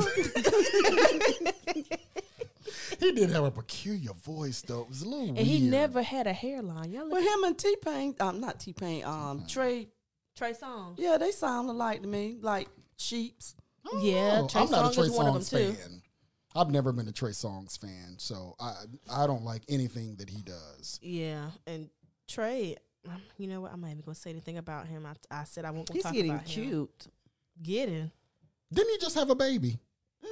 Speaker 2: He did have a peculiar voice though. It was a little
Speaker 4: and
Speaker 2: weird.
Speaker 4: he never had a hairline. Y'all
Speaker 7: Well,
Speaker 4: look
Speaker 7: him and T Pain, um, not T Pain, um, Trey.
Speaker 4: Trey Songz.
Speaker 7: Yeah, they sound alike to me, like sheeps.
Speaker 2: I don't
Speaker 4: Yeah,
Speaker 2: know.
Speaker 4: Trey
Speaker 2: Oh, I'm not a
Speaker 4: Songz
Speaker 2: Trey
Speaker 4: is one of
Speaker 2: Songz
Speaker 4: them, too.
Speaker 2: fan. I've never been a Trey Songz fan, so I I don't like anything that he does.
Speaker 4: Yeah, and Trey, um, you know what? I'm not even gonna say anything about him. I, I said I won't. Go
Speaker 3: He's
Speaker 4: talk
Speaker 3: getting
Speaker 4: about Him.
Speaker 3: cute.
Speaker 4: Getting.
Speaker 2: Didn't he just have a baby?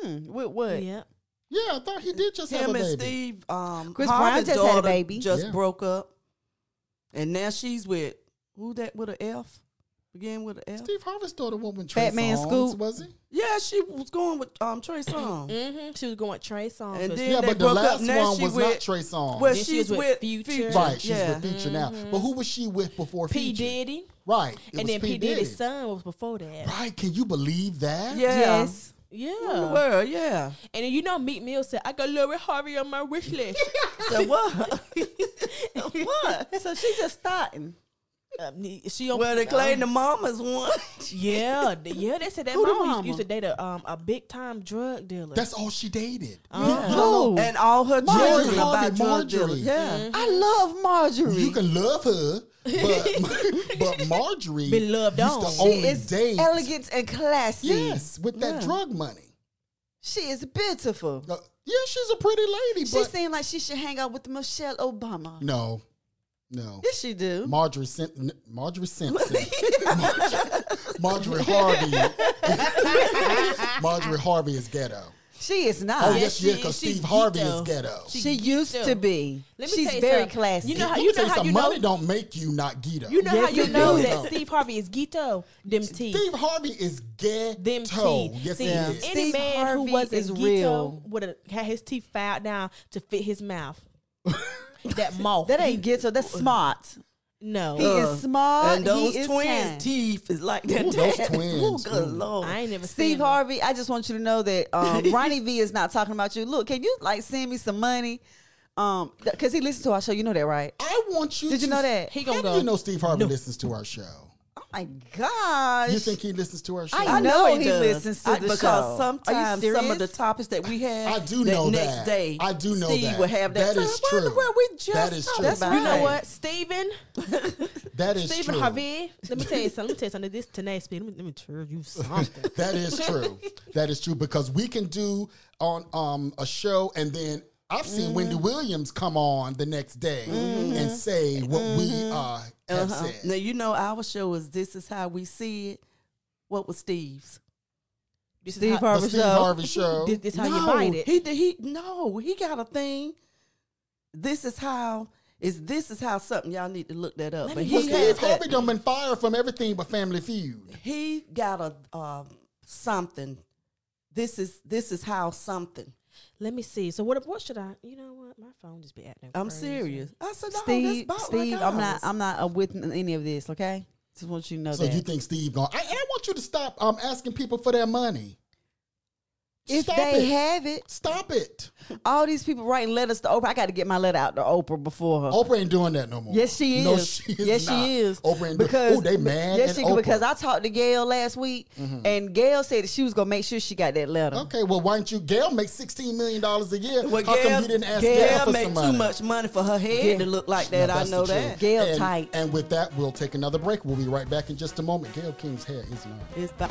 Speaker 3: Mm, with what?
Speaker 4: Yeah.
Speaker 2: Yeah, I thought he did just have a
Speaker 7: Him and
Speaker 2: baby.
Speaker 7: Steve, um,
Speaker 3: Chris Brown
Speaker 7: Harvey's
Speaker 3: just had a
Speaker 7: daughter
Speaker 3: baby.
Speaker 7: Just
Speaker 2: Yeah.
Speaker 7: broke up, and now she's with who that with a F, begin with a F.
Speaker 2: Steve Harvey's daughter went with Trey
Speaker 3: Fat Man
Speaker 2: Songz,
Speaker 3: Scoop.
Speaker 2: was he?
Speaker 7: Yeah, she was going with um Trey Songz.
Speaker 4: Mm-hmm. She was going Trey Songz.
Speaker 7: And
Speaker 4: but
Speaker 7: then-
Speaker 2: Yeah,
Speaker 7: they
Speaker 2: but the
Speaker 7: broke up.
Speaker 2: last
Speaker 7: Now
Speaker 2: one
Speaker 7: she
Speaker 2: was
Speaker 7: with-
Speaker 2: not Trey Songz.
Speaker 7: Well,
Speaker 4: Then she
Speaker 7: she's
Speaker 4: was with
Speaker 7: with
Speaker 4: Future.
Speaker 2: right, she's
Speaker 7: yeah.
Speaker 2: with Future now. But who was she with before
Speaker 4: P
Speaker 2: Future?
Speaker 4: Diddy,
Speaker 2: Right, it
Speaker 4: and
Speaker 2: was
Speaker 4: then P Diddy's son was before that.
Speaker 2: Right, can you believe that?
Speaker 7: Yeah.
Speaker 3: Yes.
Speaker 7: In the
Speaker 4: Yeah.
Speaker 7: world, yeah.
Speaker 4: And then you know Meek Mill said, "I got Lori Harvey on my wish list."
Speaker 7: So what?
Speaker 3: What? So she just starting.
Speaker 4: Um, she on.
Speaker 7: well, they claim the mama's one.
Speaker 4: Yeah, th- yeah. They said that
Speaker 3: Who the
Speaker 4: mom
Speaker 3: mama?
Speaker 4: used, used to date a um a big time drug dealer.
Speaker 2: That's all she dated.
Speaker 3: No.
Speaker 7: Uh-huh. and all her
Speaker 2: Marjorie,
Speaker 7: children
Speaker 2: Harvey,
Speaker 7: about drug
Speaker 2: Marjorie.
Speaker 7: dealers. Yeah.
Speaker 3: Mm-hmm. I love Marjorie.
Speaker 2: You can love her, but but Marjorie
Speaker 4: Been loved
Speaker 2: used
Speaker 4: on.
Speaker 2: to
Speaker 4: She
Speaker 2: only
Speaker 3: She is
Speaker 2: date
Speaker 3: elegant and classy.
Speaker 2: Yes, with that
Speaker 7: Yeah.
Speaker 2: drug money.
Speaker 3: She is beautiful.
Speaker 2: Uh, yeah, she's a pretty lady,
Speaker 3: She
Speaker 2: but
Speaker 3: seemed like she should hang out with Michelle Obama.
Speaker 2: no, no.
Speaker 3: Yes, she do.
Speaker 2: Marjorie, Sim- n- Marjorie Simpson, Marjorie, Marjorie Harvey, Marjorie Harvey is ghetto.
Speaker 3: She is not.
Speaker 2: Oh yes,
Speaker 4: she
Speaker 2: yeah,
Speaker 4: is.
Speaker 2: because
Speaker 4: She's
Speaker 2: Steve Harvey is
Speaker 4: ghetto.
Speaker 2: ghetto.
Speaker 3: She used
Speaker 4: do.
Speaker 3: to be.
Speaker 4: Let me
Speaker 3: She's
Speaker 4: tell you
Speaker 3: very
Speaker 4: something.
Speaker 3: classy.
Speaker 4: You know how
Speaker 2: Let me
Speaker 4: you
Speaker 2: tell
Speaker 4: know how
Speaker 2: something,
Speaker 4: you
Speaker 2: money
Speaker 4: know.
Speaker 2: don't make you not ghetto.
Speaker 4: You know
Speaker 3: Yes,
Speaker 4: how you
Speaker 3: it
Speaker 4: know
Speaker 2: does.
Speaker 4: that Steve Harvey is Ghetto. Them teeth.
Speaker 2: Steve Harvey is ghetto.
Speaker 4: them teeth.
Speaker 2: Yes,
Speaker 4: See,
Speaker 2: he
Speaker 3: Yeah.
Speaker 2: is.
Speaker 4: any
Speaker 3: Steve
Speaker 4: man
Speaker 3: Harvey
Speaker 4: who wasn't
Speaker 3: is
Speaker 4: ghetto
Speaker 3: real.
Speaker 4: would have had his teeth filed down to fit his mouth. that mouth.
Speaker 3: that ain't ghetto. That's smart.
Speaker 4: no.
Speaker 3: He is smart.
Speaker 7: Oh. Uh, And those
Speaker 3: he is
Speaker 7: twins'
Speaker 3: kind.
Speaker 7: teeth is like that.
Speaker 2: Ooh, those
Speaker 7: damn.
Speaker 2: twins,
Speaker 7: Ooh, good
Speaker 2: ooh.
Speaker 7: lord.
Speaker 4: I ain't never
Speaker 3: Oh, Steve
Speaker 4: seen him.
Speaker 3: Harvey, I just want you to know that um, Ronnie V is not talking about you. Look, can you like send me some money? Um, because he listens to our show. You know that, right?
Speaker 2: I want you.
Speaker 3: Did you
Speaker 2: to-
Speaker 3: know that?
Speaker 4: He
Speaker 2: How
Speaker 4: gonna
Speaker 2: do
Speaker 4: go.
Speaker 2: you know Steve Harvey listens to our show?
Speaker 3: Oh my gosh!
Speaker 2: You think he listens to our show?
Speaker 3: I
Speaker 7: I
Speaker 3: know
Speaker 7: know
Speaker 3: he
Speaker 7: does.
Speaker 3: listens to
Speaker 7: I-
Speaker 3: the
Speaker 7: because
Speaker 3: show. Are
Speaker 7: sometimes
Speaker 3: you
Speaker 7: some of the
Speaker 3: serious?
Speaker 7: topics that we had,
Speaker 2: I do
Speaker 7: that
Speaker 2: know
Speaker 7: next
Speaker 2: that.
Speaker 7: day,
Speaker 2: I do know
Speaker 7: Steve
Speaker 2: that.
Speaker 7: would have that.
Speaker 2: That is
Speaker 7: "Why in the
Speaker 2: true.
Speaker 7: world we just
Speaker 2: That is
Speaker 7: talked
Speaker 2: true.
Speaker 7: about
Speaker 3: That's
Speaker 4: You know
Speaker 3: Right.
Speaker 4: what, Steven?
Speaker 2: That is
Speaker 4: Stephen
Speaker 2: true.
Speaker 4: Harvey. Let me tell you something. Let me tell you something. This tenacity. Let me, let me tell you something.
Speaker 2: That is true. that is true because we can do on um a show and then I've
Speaker 3: Mm.
Speaker 2: seen Wendy Williams come on the next day and say what we uh have
Speaker 7: Uh-huh.
Speaker 2: said.
Speaker 7: Now you know our show is "This Is How We See It." What was Steve's?
Speaker 4: This is
Speaker 3: Steve
Speaker 4: how-
Speaker 2: The
Speaker 3: Harvey
Speaker 2: Steve
Speaker 3: show.
Speaker 2: Harvey show.
Speaker 4: This, this how
Speaker 7: no,
Speaker 4: you bite it.
Speaker 7: He did- he no, he got a thing. This is how is this is how something y'all need to look that up. but
Speaker 2: Well,
Speaker 7: he
Speaker 2: Steve
Speaker 7: has that-
Speaker 2: Harvey done been fired from everything but Family Feud.
Speaker 7: he got a um something. This is this is how something.
Speaker 4: Let me see. So what? What should I? You know what? My phone just be acting.
Speaker 7: I'm
Speaker 4: crazy.
Speaker 7: serious. I said, no, that's
Speaker 3: Steve,
Speaker 7: about
Speaker 3: Steve,
Speaker 7: like
Speaker 3: I'm not,
Speaker 7: ours.
Speaker 3: I'm not uh, with n- any of this. Okay, just want you to know
Speaker 2: So
Speaker 3: that.
Speaker 2: you think Steve going? I, and I want you to stop um asking people for their money.
Speaker 3: if
Speaker 2: Stop
Speaker 3: they
Speaker 2: it.
Speaker 3: have it,
Speaker 2: Stop it.
Speaker 3: all these people writing letters to Oprah. I got to get my letter out to Oprah before her.
Speaker 2: Oprah ain't doing that no more.
Speaker 3: Yes, she is.
Speaker 2: No, she is
Speaker 3: yes,
Speaker 2: not.
Speaker 3: she is.
Speaker 2: Oprah ain't
Speaker 3: because
Speaker 2: doing. Oh, they mad.
Speaker 3: Yes,
Speaker 2: at
Speaker 3: she
Speaker 2: Oprah. Mm-hmm.
Speaker 3: because I talked to Gail last week, and Gail said that she was gonna make sure she got that letter.
Speaker 2: Okay, well, why don't you? Gail makes sixteen million dollars a year.
Speaker 7: Well,
Speaker 2: How
Speaker 7: Gail,
Speaker 2: come you didn't ask Gail,
Speaker 7: Gail
Speaker 2: for
Speaker 7: make
Speaker 2: some money?
Speaker 7: too much money for her head
Speaker 3: Gail-
Speaker 7: to look like that. I
Speaker 2: That's the
Speaker 7: know
Speaker 2: truth.
Speaker 7: that.
Speaker 3: Gail
Speaker 2: and,
Speaker 3: tight.
Speaker 2: And with that, we'll take another break. We'll be right back in just a moment. Gail King's hair is not.
Speaker 7: It's the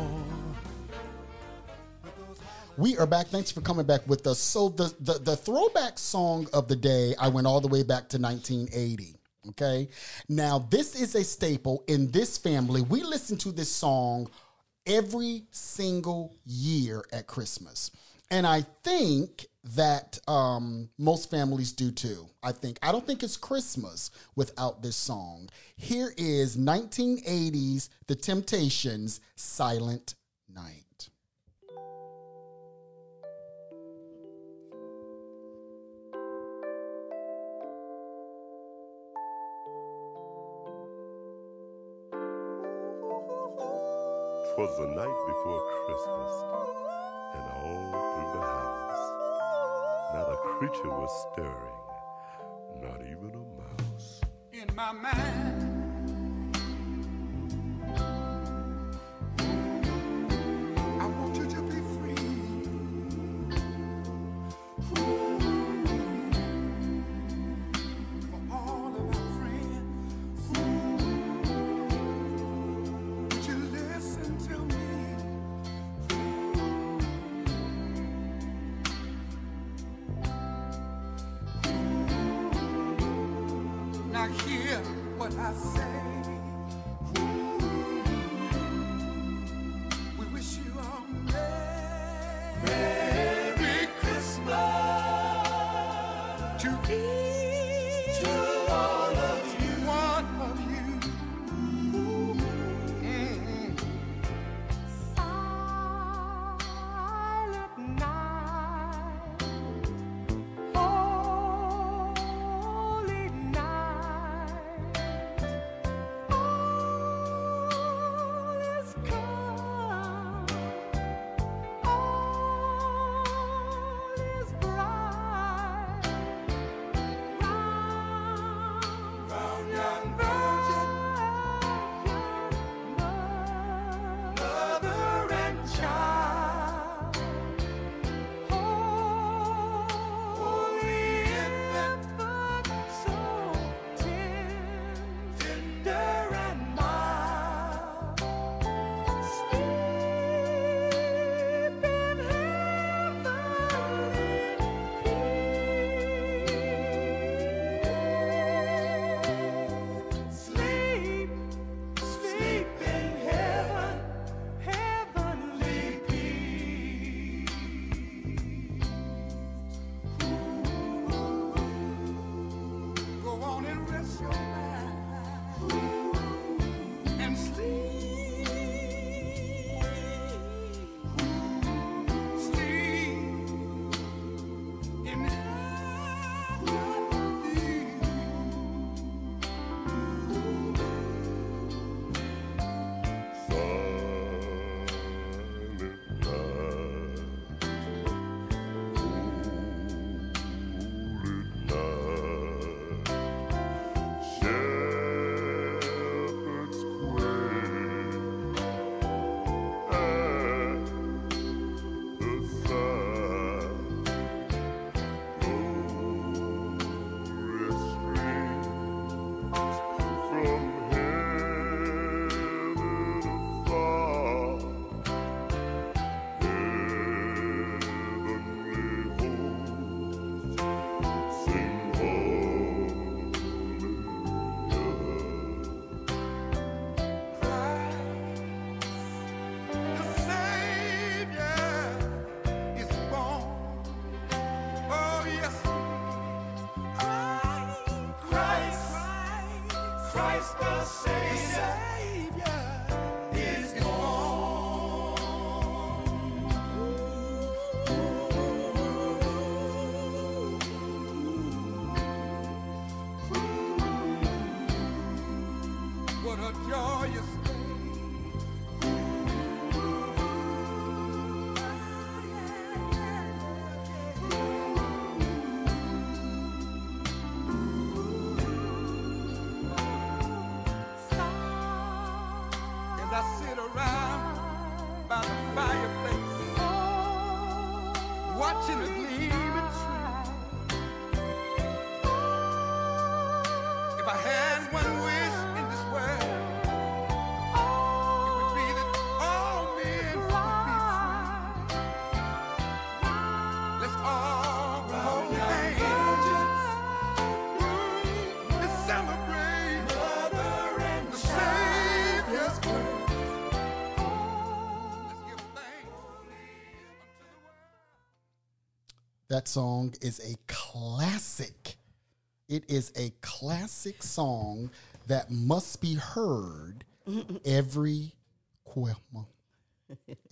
Speaker 2: We are back. Thanks for coming back with us. So the, the the throwback song of the day, I went all the way back to 1980. Okay. Now, this is a staple in this family. We listen to this song every single year at Christmas. And I think that um, most families do too. I think. I don't think it's Christmas without this song. Here is 1980s The Temptations Silent Night.
Speaker 8: Twas the night before Christmas, and all through the house, not a creature was stirring, not even a mouse.
Speaker 9: in my mind. I want you to be free. For all of our friends, would you listen to me? Now hear what I say. We wish you a merry, Christmas to thee, to all of you, one of you. Mm. Mother and child, holy infant, so tender and mild, sleep in heaven, sleep. Sleep in heaven, heavenly peace. Go on and rest your mind and sleep, sleep in heaven.
Speaker 8: Silent night, holy night, shepherds quake at the sound. Glorious strains from heaven afar, heavenly hosts sing hallelujah.
Speaker 9: The Savior is born. Oh yes, Christ, Christ the Savior is born. What a joyous day! As I sit around by the fireplace, watching the gleaming tree. If I had one wish in this world, it would be that all men would be free. Let's all hold hands and Mm, celebrate
Speaker 2: That song is a classic. It is a classic song that must be heard every Cuerma.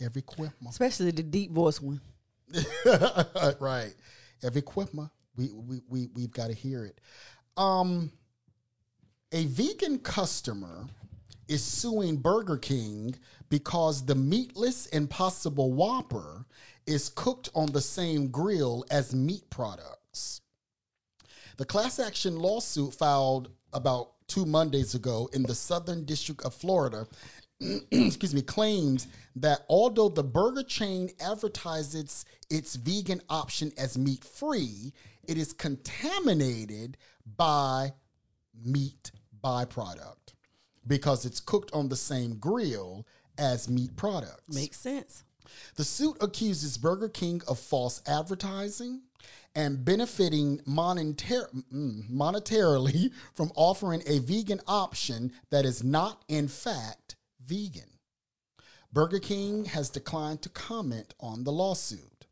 Speaker 2: Every Cuerma.
Speaker 7: especially the deep voice one.
Speaker 2: right. Every Quipma, we we we we've got to hear it. Um, a vegan customer is suing Burger King because the meatless Impossible Whopper is cooked on the same grill as meat products. The class action lawsuit filed about two Mondays ago in the Southern District of Florida, excuse me, claims that although the burger chain advertises its vegan option as meat free, it is contaminated by meat byproduct because it's cooked on the same grill as meat products.
Speaker 3: Makes sense.
Speaker 2: The suit accuses Burger King of false advertising and benefiting monetar- mm, monetarily from offering a vegan option that is not, in fact, vegan. Burger King has declined to comment on the lawsuit.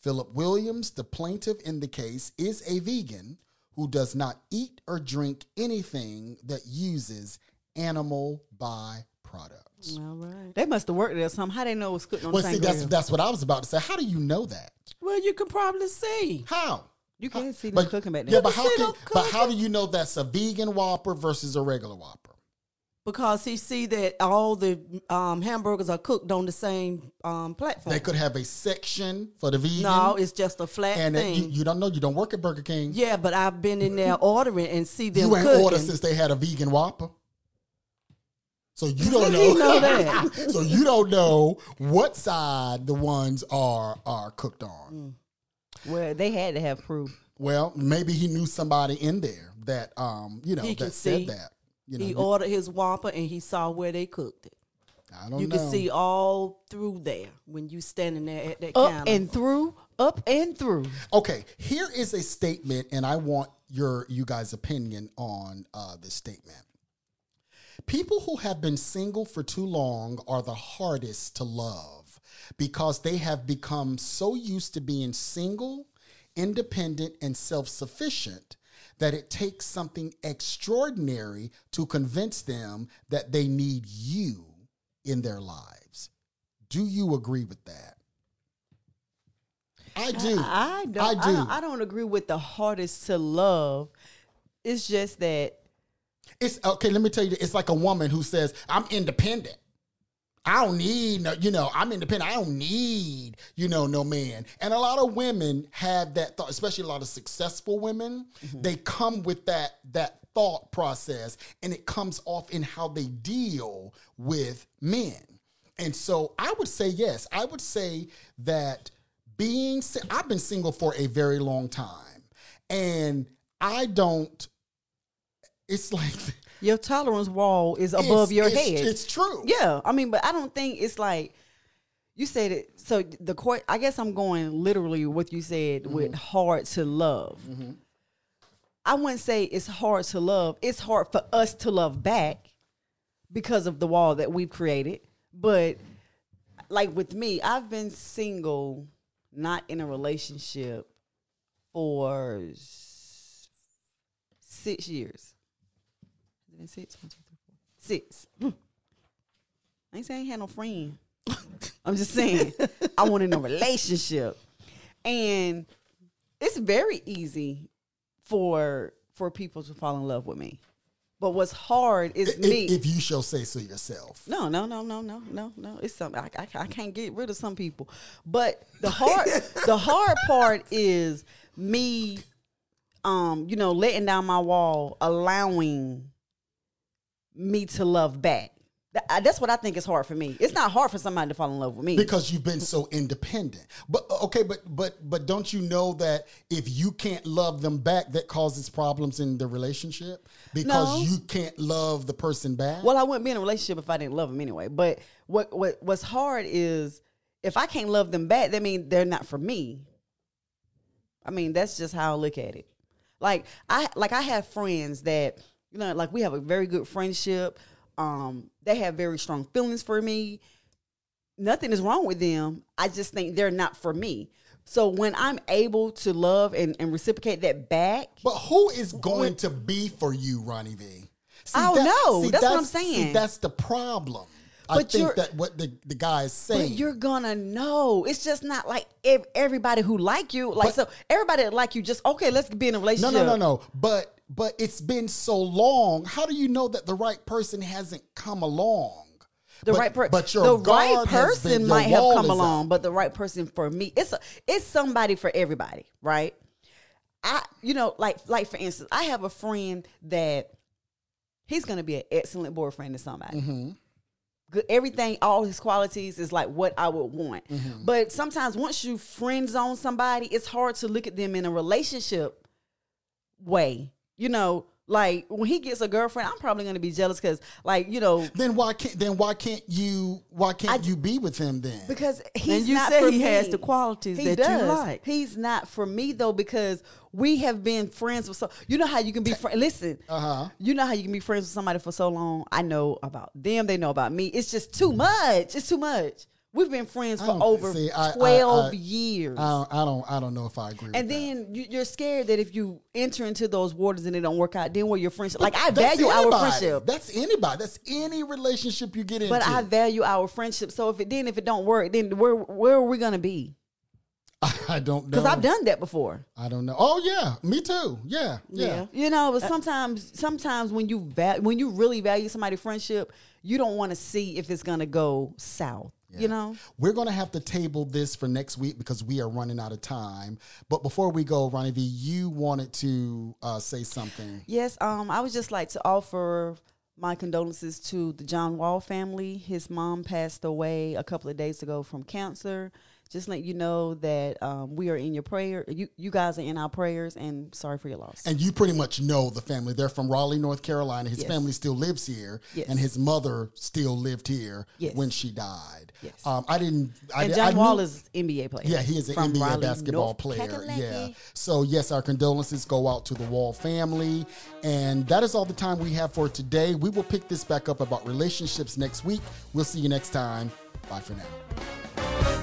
Speaker 2: Philip Williams, the plaintiff in the case, is a vegan who does not eat or drink anything that uses animal byproducts.
Speaker 3: All right.
Speaker 7: They must have worked there somehow. How they know it's cooked on
Speaker 2: Well,
Speaker 7: the same
Speaker 2: see,
Speaker 7: grill?
Speaker 2: that's that's what I was about to say. How do you know that?
Speaker 3: Well, you can probably see.
Speaker 2: How?
Speaker 7: you can't see them
Speaker 2: But
Speaker 7: cooking back there.
Speaker 2: yeah, but how
Speaker 3: see
Speaker 2: can?
Speaker 3: them
Speaker 2: But how do you know that's a vegan Whopper versus a regular Whopper?
Speaker 3: Because he see that all the um, hamburgers are cooked on the same um, platform.
Speaker 2: They could have a section for the vegan.
Speaker 3: no, it's just a flat
Speaker 2: and it-
Speaker 3: thing.
Speaker 2: you, you don't know. You don't work at Burger King.
Speaker 3: yeah, but I've been in there ordering and see them
Speaker 2: you ain't
Speaker 3: cooking.
Speaker 2: ordered since they had a vegan Whopper. So you don't know.
Speaker 3: He know that.
Speaker 2: so you don't know what side the ones are are cooked on.
Speaker 3: Mm.
Speaker 7: well, they had to have proof.
Speaker 2: Well, maybe he knew somebody in there that um you know
Speaker 3: He can
Speaker 2: that said
Speaker 3: see.
Speaker 2: that. You know,
Speaker 3: he
Speaker 2: you-
Speaker 3: ordered his Whopper and he saw where they cooked it.
Speaker 2: I don't
Speaker 3: You
Speaker 2: know.
Speaker 3: can see all through there when you standing there at that
Speaker 7: Up
Speaker 3: counter.
Speaker 7: and through, up and through.
Speaker 2: Okay, here is a statement, and I want your you guys' opinion on uh, this statement. People who have been single for too long are the hardest to love because they have become so used to being single, independent, and self sufficient that it takes something extraordinary to convince them that they need you in their lives. Do you agree with that? I do.
Speaker 7: I don't. I,
Speaker 2: I do.
Speaker 7: don't, I don't agree with the hardest to love. It's just that
Speaker 2: It's okay. Let me tell you, it's like a woman who says, "I'm independent. I don't need no, you know, I'm independent. I don't need, you know, no man." And a lot of women have that thought, especially a lot of successful women. They come with that that thought process, and it comes off in how they deal with men. And so, I would say yes. I would say that being, si- I've been single for a very long time, and I don't. It's like
Speaker 7: your tolerance wall is above
Speaker 2: it's-
Speaker 7: your
Speaker 2: it's-
Speaker 7: head.
Speaker 2: It's true.
Speaker 7: Yeah, I mean, but I don't think it's like you said it. So the court, I guess I'm going literally what you said with hard to love. I wouldn't say it's hard to love. It's hard for us to love back because of the wall that we've created. But like with me, I've been single, not in a relationship for s- six years. Has it been six? One, two, three, four. Six. Mm. I ain't saying I had no friend. I'm just saying I wanted a relationship, and it's very easy for for people to fall in love with me. But what's hard is
Speaker 2: If,
Speaker 7: me.
Speaker 2: if you shall say so yourself.
Speaker 7: No, no, no, no, no, no, no. It's something I, I, I can't get rid of some people. But the hard the hard part is me, um, you know, letting down my wall, allowing me to love back. Tha- I- That's what I think is hard for me. It's not hard for somebody to fall in love with me.
Speaker 2: Because you've been so independent. But uh, okay, but but but don't you know that if you can't love them back, that causes problems in the relationship? Because
Speaker 7: No.
Speaker 2: you can't love the person back?
Speaker 7: well, I wouldn't be in a relationship if I didn't love them anyway. But what what what's hard is if I can't love them back, that means they're not for me. I mean, that's just how I look at it. Like I like I have friends that you know, like we have a very good friendship. Um, they have very strong feelings for me. Nothing is wrong with them. I just think they're not for me. So when I'm able to love and, and reciprocate that back,
Speaker 2: But who is going to be for you, Ronnie V? See,
Speaker 7: I don't know. Oh, That's what I'm saying.
Speaker 2: See, that's the problem. I
Speaker 7: But
Speaker 2: think
Speaker 7: you're-
Speaker 2: that what the, the guy is saying.
Speaker 7: but you're gonna know. It's just not like ev- everybody who like you. Like so, everybody that like you just okay. Let's be in a
Speaker 2: no,
Speaker 7: relationship.
Speaker 2: no, no, no. But but it's been so long. How do you know that the right person hasn't come along?
Speaker 7: The
Speaker 2: But-
Speaker 7: right person,
Speaker 2: But your
Speaker 7: the
Speaker 2: guard
Speaker 7: right
Speaker 2: has
Speaker 7: person
Speaker 2: been- your
Speaker 7: might have
Speaker 2: wall
Speaker 7: come
Speaker 2: is up.
Speaker 7: along, but the right person for me, it's a, it's somebody for everybody, right? I, you know, like like for instance, I have a friend that he's gonna be an excellent boyfriend to somebody.
Speaker 2: Mm-hmm.
Speaker 7: Good, everything, all his qualities is like what I would want.
Speaker 2: Mm-hmm.
Speaker 7: But sometimes once you friend zone somebody, it's hard to look at them in a relationship way. You know, like when he gets a girlfriend, I'm probably gonna be jealous because, like, you know.
Speaker 2: Then why can't then why can't you why can't
Speaker 7: I-
Speaker 2: you be with him then?
Speaker 7: Because he's
Speaker 3: you
Speaker 7: not
Speaker 3: said
Speaker 7: for
Speaker 3: he has
Speaker 7: me.
Speaker 3: the qualities
Speaker 7: He
Speaker 3: that you like.
Speaker 7: He's not for me though because we have been friends with so. You know how you can be friends. Listen, uh-huh. you know how you can be friends with somebody for so long. I know about them. They know about me. It's just too much. It's too much. We've been friends
Speaker 2: I
Speaker 7: for
Speaker 2: don't-
Speaker 7: over
Speaker 2: see, I- I-
Speaker 7: twelve
Speaker 2: I-
Speaker 7: years.
Speaker 2: I don't, I don't I don't know if I agree.
Speaker 7: and
Speaker 2: with that.
Speaker 7: then you, you're scared that if you enter into those waters and it don't work out, then what your friendship? Like I
Speaker 2: That's
Speaker 7: value our
Speaker 2: anybody.
Speaker 7: friendship.
Speaker 2: That's anybody. That's any relationship you get into.
Speaker 7: But I value our friendship. So if it then if it don't work, then where where are we gonna be?
Speaker 2: I don't know.
Speaker 7: Because I've done that before.
Speaker 2: I don't know. Oh yeah, me too. Yeah, yeah.
Speaker 7: You know, but sometimes sometimes when you val- when you really value somebody's friendship, you don't want to see if it's gonna go south. You know?
Speaker 2: We're gonna have to table this for next week because we are running out of time. But before we go, Ronnie V, you wanted to uh, say something.
Speaker 7: Yes, um, I would just like to offer my condolences to the John Wall family. His mom passed away a couple of days ago from cancer. Just let you know that um, we are in your prayer. You you guys are in our prayers, and sorry for your loss.
Speaker 2: And you pretty much know the family. They're from Raleigh, North Carolina. His
Speaker 7: Yes.
Speaker 2: family still lives here,
Speaker 7: Yes.
Speaker 2: and his mother still lived here
Speaker 7: Yes.
Speaker 2: when she died.
Speaker 7: Yes.
Speaker 2: Um, I didn't. I,
Speaker 7: and
Speaker 2: di- I
Speaker 7: John
Speaker 2: knew-
Speaker 7: Wall is NBA player.
Speaker 2: Yeah, he is an
Speaker 7: from
Speaker 2: NBA
Speaker 7: Raleigh,
Speaker 2: basketball
Speaker 7: North
Speaker 2: player.
Speaker 7: Carolina.
Speaker 2: Yeah. So yes, our condolences go out to the Wall family, and that is all the time we have for today. We will pick this back up about relationships next week. We'll see you next time. Bye for now.